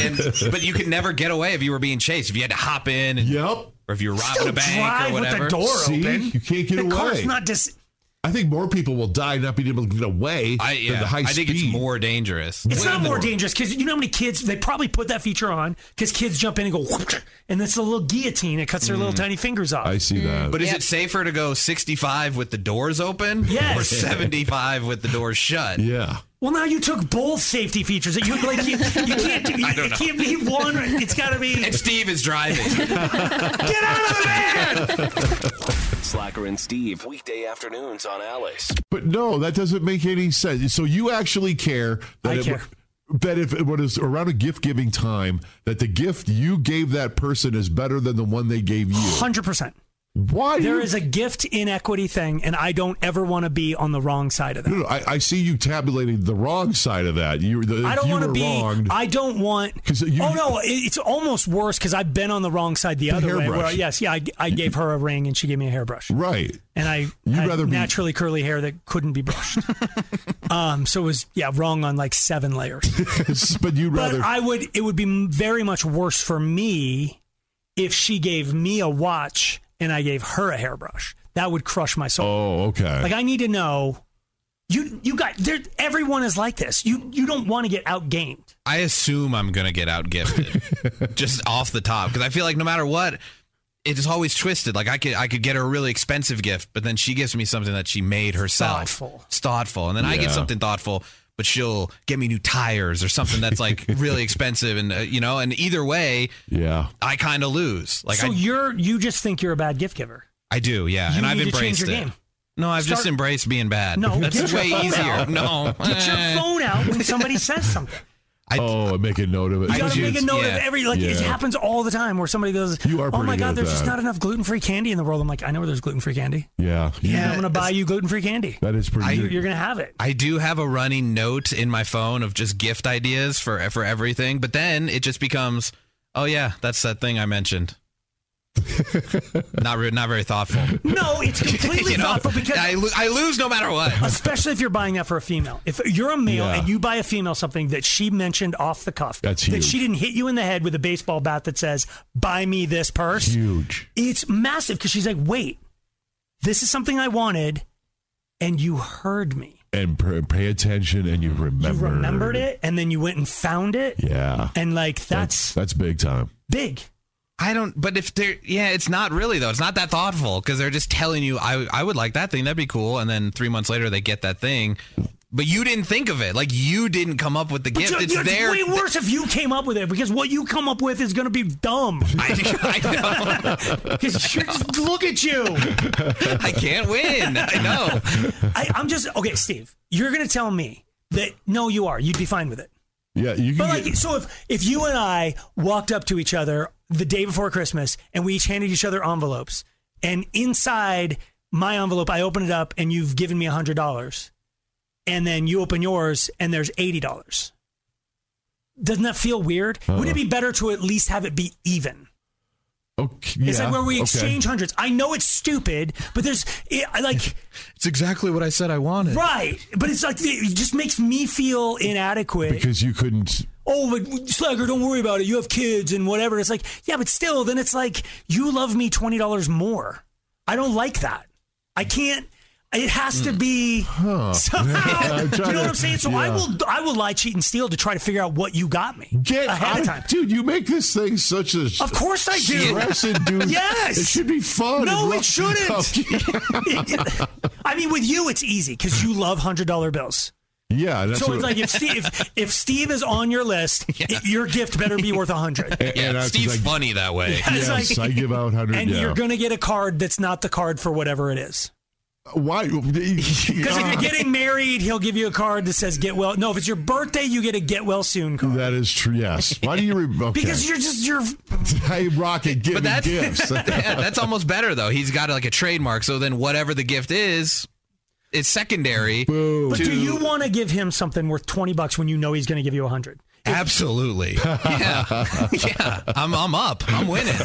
Speaker 6: And, but you could never get away if you were being chased. If you had to hop in, and,
Speaker 3: yep,
Speaker 6: or if you were robbing
Speaker 4: Still
Speaker 6: a bank
Speaker 4: drive
Speaker 6: or
Speaker 4: with the
Speaker 6: whatever.
Speaker 4: door
Speaker 3: See,
Speaker 4: open.
Speaker 3: you can't get
Speaker 4: The
Speaker 3: away.
Speaker 4: car's not dis-
Speaker 3: I think more people will die not being able to get away
Speaker 6: I,
Speaker 3: than
Speaker 6: yeah,
Speaker 3: the high
Speaker 6: I think
Speaker 3: speed.
Speaker 6: it's more dangerous.
Speaker 4: It's not more dangerous because you know how many kids they probably put that feature on because kids jump in and go, and it's a little guillotine. It cuts their little
Speaker 6: Mm.
Speaker 4: tiny fingers off. I
Speaker 3: see that.
Speaker 6: But is it safer to go 65 with the doors open?
Speaker 4: Yes.
Speaker 6: Or 75 with the doors shut?
Speaker 3: Yeah.
Speaker 4: Well, now you took both safety features. That you like, you, you can't do.
Speaker 6: I don't
Speaker 4: it
Speaker 6: know.
Speaker 4: can't be one. It's got to be.
Speaker 6: And Steve is driving.
Speaker 2: Slacker and Steve, weekday afternoons on Alice.
Speaker 3: But no, that doesn't make any sense. So you actually care that
Speaker 2: I
Speaker 3: it-
Speaker 2: care.
Speaker 3: that if it was around a gift giving time, that the gift you gave that person is better than the one they gave you.
Speaker 4: Hundred percent.
Speaker 3: Why do
Speaker 4: There
Speaker 3: you-
Speaker 4: is a gift inequity thing, and I don't ever want to be on the wrong side of that.
Speaker 3: No, no, I, I see you tabulating the wrong side of that. You, the,
Speaker 4: I don't
Speaker 3: you
Speaker 4: want to
Speaker 3: were
Speaker 4: be.
Speaker 3: wronged.
Speaker 4: I don't want. oh no, it- it's almost worse because I've been on the wrong side the, other way. Where,
Speaker 3: hairbrush.
Speaker 4: yes, yeah, I, I gave her a ring and she gave me a hairbrush.
Speaker 3: Right.
Speaker 4: And I had naturally curly hair that couldn't be brushed. um, so it was yeah wrong on like seven layers.
Speaker 3: but you'd
Speaker 4: But
Speaker 3: rather-
Speaker 4: I would. It would be m- very much worse for me if she gave me a watch and I gave her a hairbrush. That would crush my soul.
Speaker 3: Oh, okay.
Speaker 4: Like I need to know. You you got there. Everyone is like this. You you don't want to get outgamed.
Speaker 6: I assume I'm going to get out gifted just off the top because I feel like no matter what, it is always twisted. Like I could, I could get her a really expensive gift, but then she gives me something that she made herself.
Speaker 4: Thoughtful.
Speaker 6: It's thoughtful, and then I get
Speaker 3: Yeah.
Speaker 6: something thoughtful, but she'll get me new tires or something that's like really expensive, and uh, you know, and either way,
Speaker 3: yeah,
Speaker 6: I kind of lose. Like
Speaker 4: so
Speaker 6: I,
Speaker 4: you're you just think you're a bad gift giver.
Speaker 6: I do, yeah,
Speaker 4: you
Speaker 6: and I've
Speaker 4: need to
Speaker 6: embraced
Speaker 4: change your
Speaker 6: it.
Speaker 4: game.
Speaker 6: No, I've just
Speaker 4: Start-
Speaker 6: embraced being bad.
Speaker 4: No, get
Speaker 6: that's
Speaker 4: your
Speaker 6: way
Speaker 4: phone
Speaker 6: easier.
Speaker 4: out.
Speaker 6: No,
Speaker 4: Get your
Speaker 6: Eh.
Speaker 4: phone out when somebody says something.
Speaker 3: oh, make a note of it.
Speaker 4: You gotta
Speaker 3: Dude,
Speaker 4: make a note
Speaker 3: yeah.
Speaker 4: of every like it
Speaker 3: Yeah.
Speaker 4: happens all the time where somebody goes,
Speaker 3: You are
Speaker 4: "Oh my
Speaker 3: pretty good
Speaker 4: god,
Speaker 3: at
Speaker 4: there's just
Speaker 3: that.
Speaker 4: not enough gluten free candy in the world." I'm like, "I know there's gluten free candy.
Speaker 3: Yeah,
Speaker 4: Yeah, I'm gonna buy you gluten free candy.
Speaker 3: That is pretty.
Speaker 6: I-
Speaker 4: You- You're gonna have it."
Speaker 6: I do have a running note in my phone of just gift ideas for for everything, but then it just becomes, oh yeah, that's that thing I mentioned. not re- not very thoughtful.
Speaker 4: No, it's completely
Speaker 6: You know,
Speaker 4: thoughtful because
Speaker 6: I lo- I lose no matter what.
Speaker 4: Especially if you're buying that for a female. If you're a male
Speaker 6: Yeah.
Speaker 4: and you buy a female something that she mentioned off the cuff,
Speaker 3: That's
Speaker 4: that
Speaker 3: huge.
Speaker 4: she didn't hit you in the head with a baseball bat that says "Buy me this purse."
Speaker 3: Huge.
Speaker 4: It's massive because she's like, "Wait, this is something I wanted, and you heard me.
Speaker 3: and pr- pay attention, and you remember.
Speaker 4: You remembered it, and then you went and found it,
Speaker 3: Yeah,
Speaker 4: and like that's
Speaker 3: that's big time.
Speaker 4: big.
Speaker 6: I don't. But if they're yeah, it's not really though. It's not that thoughtful because they're just telling you, I I would like that thing. That'd be cool. And then three months later, they get that thing. But you didn't think of it. Like you didn't come up with the
Speaker 4: But
Speaker 6: gift.
Speaker 4: you-
Speaker 6: It's
Speaker 4: it's
Speaker 6: there.
Speaker 4: way worse if you came up with it because what you come up with is going to be dumb.
Speaker 6: I, know.
Speaker 4: Because you're just look at you.
Speaker 6: I can't win. I know.
Speaker 4: I, I'm just okay, Steve. You're going to tell me that no, you are. You'd be fine with it.
Speaker 3: Yeah, you can.
Speaker 4: But
Speaker 3: get-
Speaker 4: like, so if if you and I walked up to each other the day before Christmas and we each handed each other envelopes, and inside my envelope, I open it up and you've given me hundred dollars, and then you open yours and there's eighty dollars. Doesn't that feel weird? Wouldn't
Speaker 6: Uh-huh.
Speaker 4: it be better to at least have it be even?
Speaker 3: Okay,
Speaker 4: it's
Speaker 3: yeah,
Speaker 4: like where we
Speaker 3: okay.
Speaker 4: exchange hundreds. I know it's stupid, but there's it, I like
Speaker 6: it's exactly what I said I wanted.
Speaker 4: Right, but it's like it just makes me feel inadequate.
Speaker 3: because you couldn't.
Speaker 4: oh, but Slugger, don't worry about it. You have kids and whatever. It's like, yeah, but still, then it's like, you love me $20 more. I don't like that. I can't. It has to be somehow.
Speaker 3: I'm
Speaker 4: you know
Speaker 3: trying
Speaker 4: what
Speaker 3: to-
Speaker 4: I'm saying? So I
Speaker 3: yeah.
Speaker 4: will, I will lie, cheat, and steal to try to figure out what you got me
Speaker 3: Get
Speaker 4: ahead
Speaker 3: out-
Speaker 4: of time.
Speaker 3: dude. You make this thing such a
Speaker 4: Of course I do.
Speaker 3: Stressing, dude.
Speaker 4: Yes.
Speaker 3: it should be fun.
Speaker 4: No,
Speaker 3: and
Speaker 4: it
Speaker 3: rough-
Speaker 4: shouldn't.
Speaker 3: Okay.
Speaker 4: I mean, with you, it's easy because you love hundred dollar bills.
Speaker 3: Yeah, and that's
Speaker 4: so
Speaker 3: what-
Speaker 4: it's like if Steve, if, if Steve is on your list, it- your gift better be worth a hundred.
Speaker 3: And- and I- 'cause
Speaker 6: Steve's
Speaker 3: I-
Speaker 6: funny that way.
Speaker 4: Yeah, it's
Speaker 3: Yes,
Speaker 4: like-
Speaker 3: I give out hundred.
Speaker 4: and
Speaker 3: yeah.
Speaker 4: you're gonna get a card that's not the card for whatever it is.
Speaker 3: Why? Uh. Because
Speaker 4: Because if you're getting married, he'll give you a card that says "Get well." No, if it's your birthday, you get a "Get well soon" card.
Speaker 3: That is true. Yes. Why do you? Re- okay.
Speaker 4: Because you're just you're.
Speaker 3: Hey, Rocket, give me
Speaker 6: but that's
Speaker 3: gifts.
Speaker 6: yeah, that's almost better though. He's got like a trademark, so then whatever the gift is, is secondary.
Speaker 4: But
Speaker 6: to-
Speaker 4: do you want to give him something worth twenty bucks when you know he's going to give you a hundred?
Speaker 6: Absolutely. Yeah. yeah. I'm I'm up. I'm winning.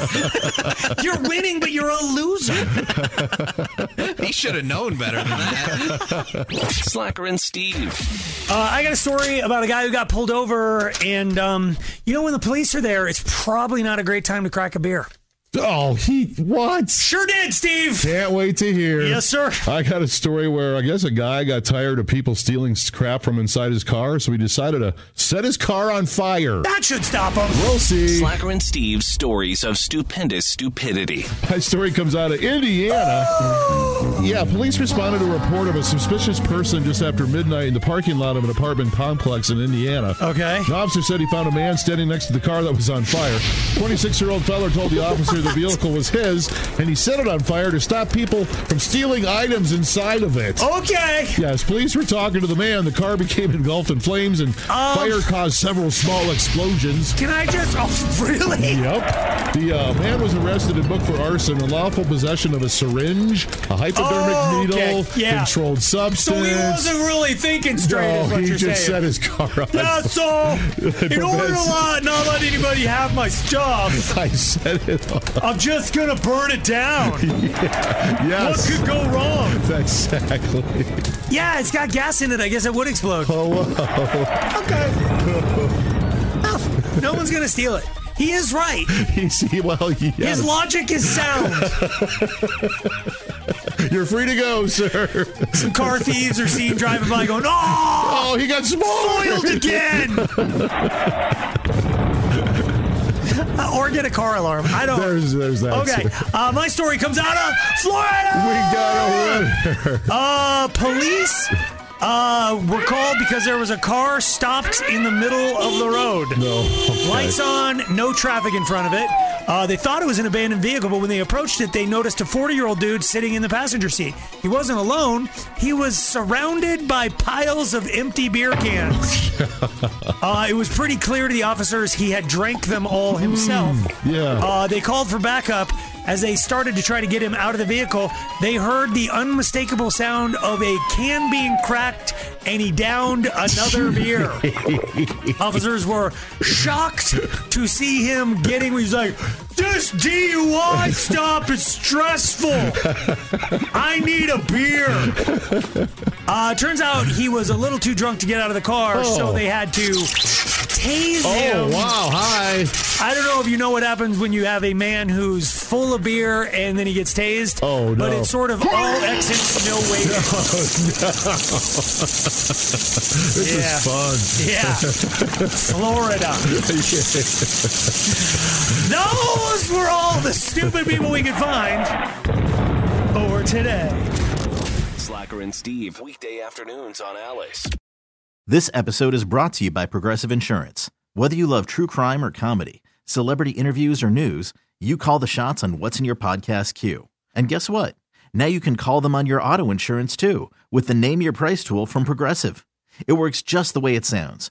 Speaker 4: You're winning, but you're a loser.
Speaker 6: he should have known better than that.
Speaker 2: Slacker and Steve.
Speaker 4: Uh, I got a story about a guy who got pulled over, and um, you know when the police are there, it's probably not a great time to crack a beer.
Speaker 3: Oh, he what?
Speaker 4: Sure did, Steve.
Speaker 3: Can't wait to hear.
Speaker 4: Yes, sir.
Speaker 3: I got a story where I guess a guy got tired of people stealing crap from inside his car, so he decided to set his car on fire.
Speaker 4: That should stop him.
Speaker 3: We'll see.
Speaker 2: Slacker and Steve's stories of stupendous stupidity.
Speaker 3: That story comes out of Indiana. Yeah, police responded to a report of a suspicious person just after midnight in the parking lot of an apartment complex in Indiana.
Speaker 4: Okay.
Speaker 3: The officer said he found a man standing next to the car that was on fire. 26 year old feller told the officer the vehicle was his, and he set it on fire to stop people from stealing items inside of it.
Speaker 4: Okay.
Speaker 3: Yes, police were talking to the man. The car became engulfed in flames, and fire caused several small explosions.
Speaker 4: Um, Can I just? Oh, really?
Speaker 3: Yep. The uh, man was arrested and booked for arson, unlawful possession of a syringe, a hypodermic
Speaker 4: Oh, okay.
Speaker 3: needle,
Speaker 4: Yeah.
Speaker 3: controlled
Speaker 4: So
Speaker 3: substance.
Speaker 4: he wasn't really thinking straight.
Speaker 3: no,
Speaker 4: is what
Speaker 3: he
Speaker 4: you're
Speaker 3: just
Speaker 4: saying.
Speaker 3: set his car on
Speaker 4: Yeah, so in order to
Speaker 3: prevents-
Speaker 4: not not let anybody have my stuff,
Speaker 3: I set it on.
Speaker 4: I'm just gonna burn it down.
Speaker 3: Yes.
Speaker 4: What could go wrong?
Speaker 3: Exactly.
Speaker 4: Yeah, it's got gas in it. I guess it would explode.
Speaker 3: Hello.
Speaker 4: Okay. no one's gonna steal it. He is right.
Speaker 3: He's, he, well, yes.
Speaker 4: His logic is sound.
Speaker 3: You're free to go, sir.
Speaker 4: Some car thieves are seen driving by, going, "Oh,
Speaker 3: oh, he got spoiled
Speaker 4: foiled again." Uh, or get a car alarm. I don't.
Speaker 3: There's, there's that.
Speaker 4: Okay,
Speaker 3: sir.
Speaker 4: uh, my story comes out of Florida.
Speaker 3: We got a winner.
Speaker 4: Uh, police uh, were called because there was a car stopped in the middle of the road.
Speaker 3: No.
Speaker 4: Lights on, no traffic in front of it. Uh, they thought it was an abandoned vehicle, but when they approached it, they noticed a 40 year old dude sitting in the passenger seat. He wasn't alone, he was surrounded by piles of empty beer cans. uh, it was pretty clear to the officers he had drank them all himself.
Speaker 3: Hmm. Yeah.
Speaker 4: Uh, they called for backup. As they started to try to get him out of the vehicle, they heard the unmistakable sound of a can being cracked, and he downed another beer. Officers were shocked to see him getting. He's like, "This DUI stop is stressful. I need a beer." Uh, turns out he was a little too drunk to get out of the car, so
Speaker 3: Oh.
Speaker 4: they had to tase
Speaker 3: Oh,
Speaker 4: him.
Speaker 3: wow. Hi.
Speaker 4: I don't know if you know what happens when you have a man who's full of beer and then he gets tased.
Speaker 3: Oh, no.
Speaker 4: But it's sort of all exits, no way.
Speaker 3: this
Speaker 4: Yeah.
Speaker 3: is fun.
Speaker 4: Yeah. Florida. Those were all the stupid people we could find for today.
Speaker 2: Slacker and Steve. Weekday afternoons on Alice.
Speaker 1: This episode is brought to you by Progressive Insurance. Whether you love true crime or comedy, celebrity interviews or news, you call the shots on what's in your podcast queue. And guess what? Now you can call them on your auto insurance too with the Name Your Price tool from Progressive. It works just the way it sounds.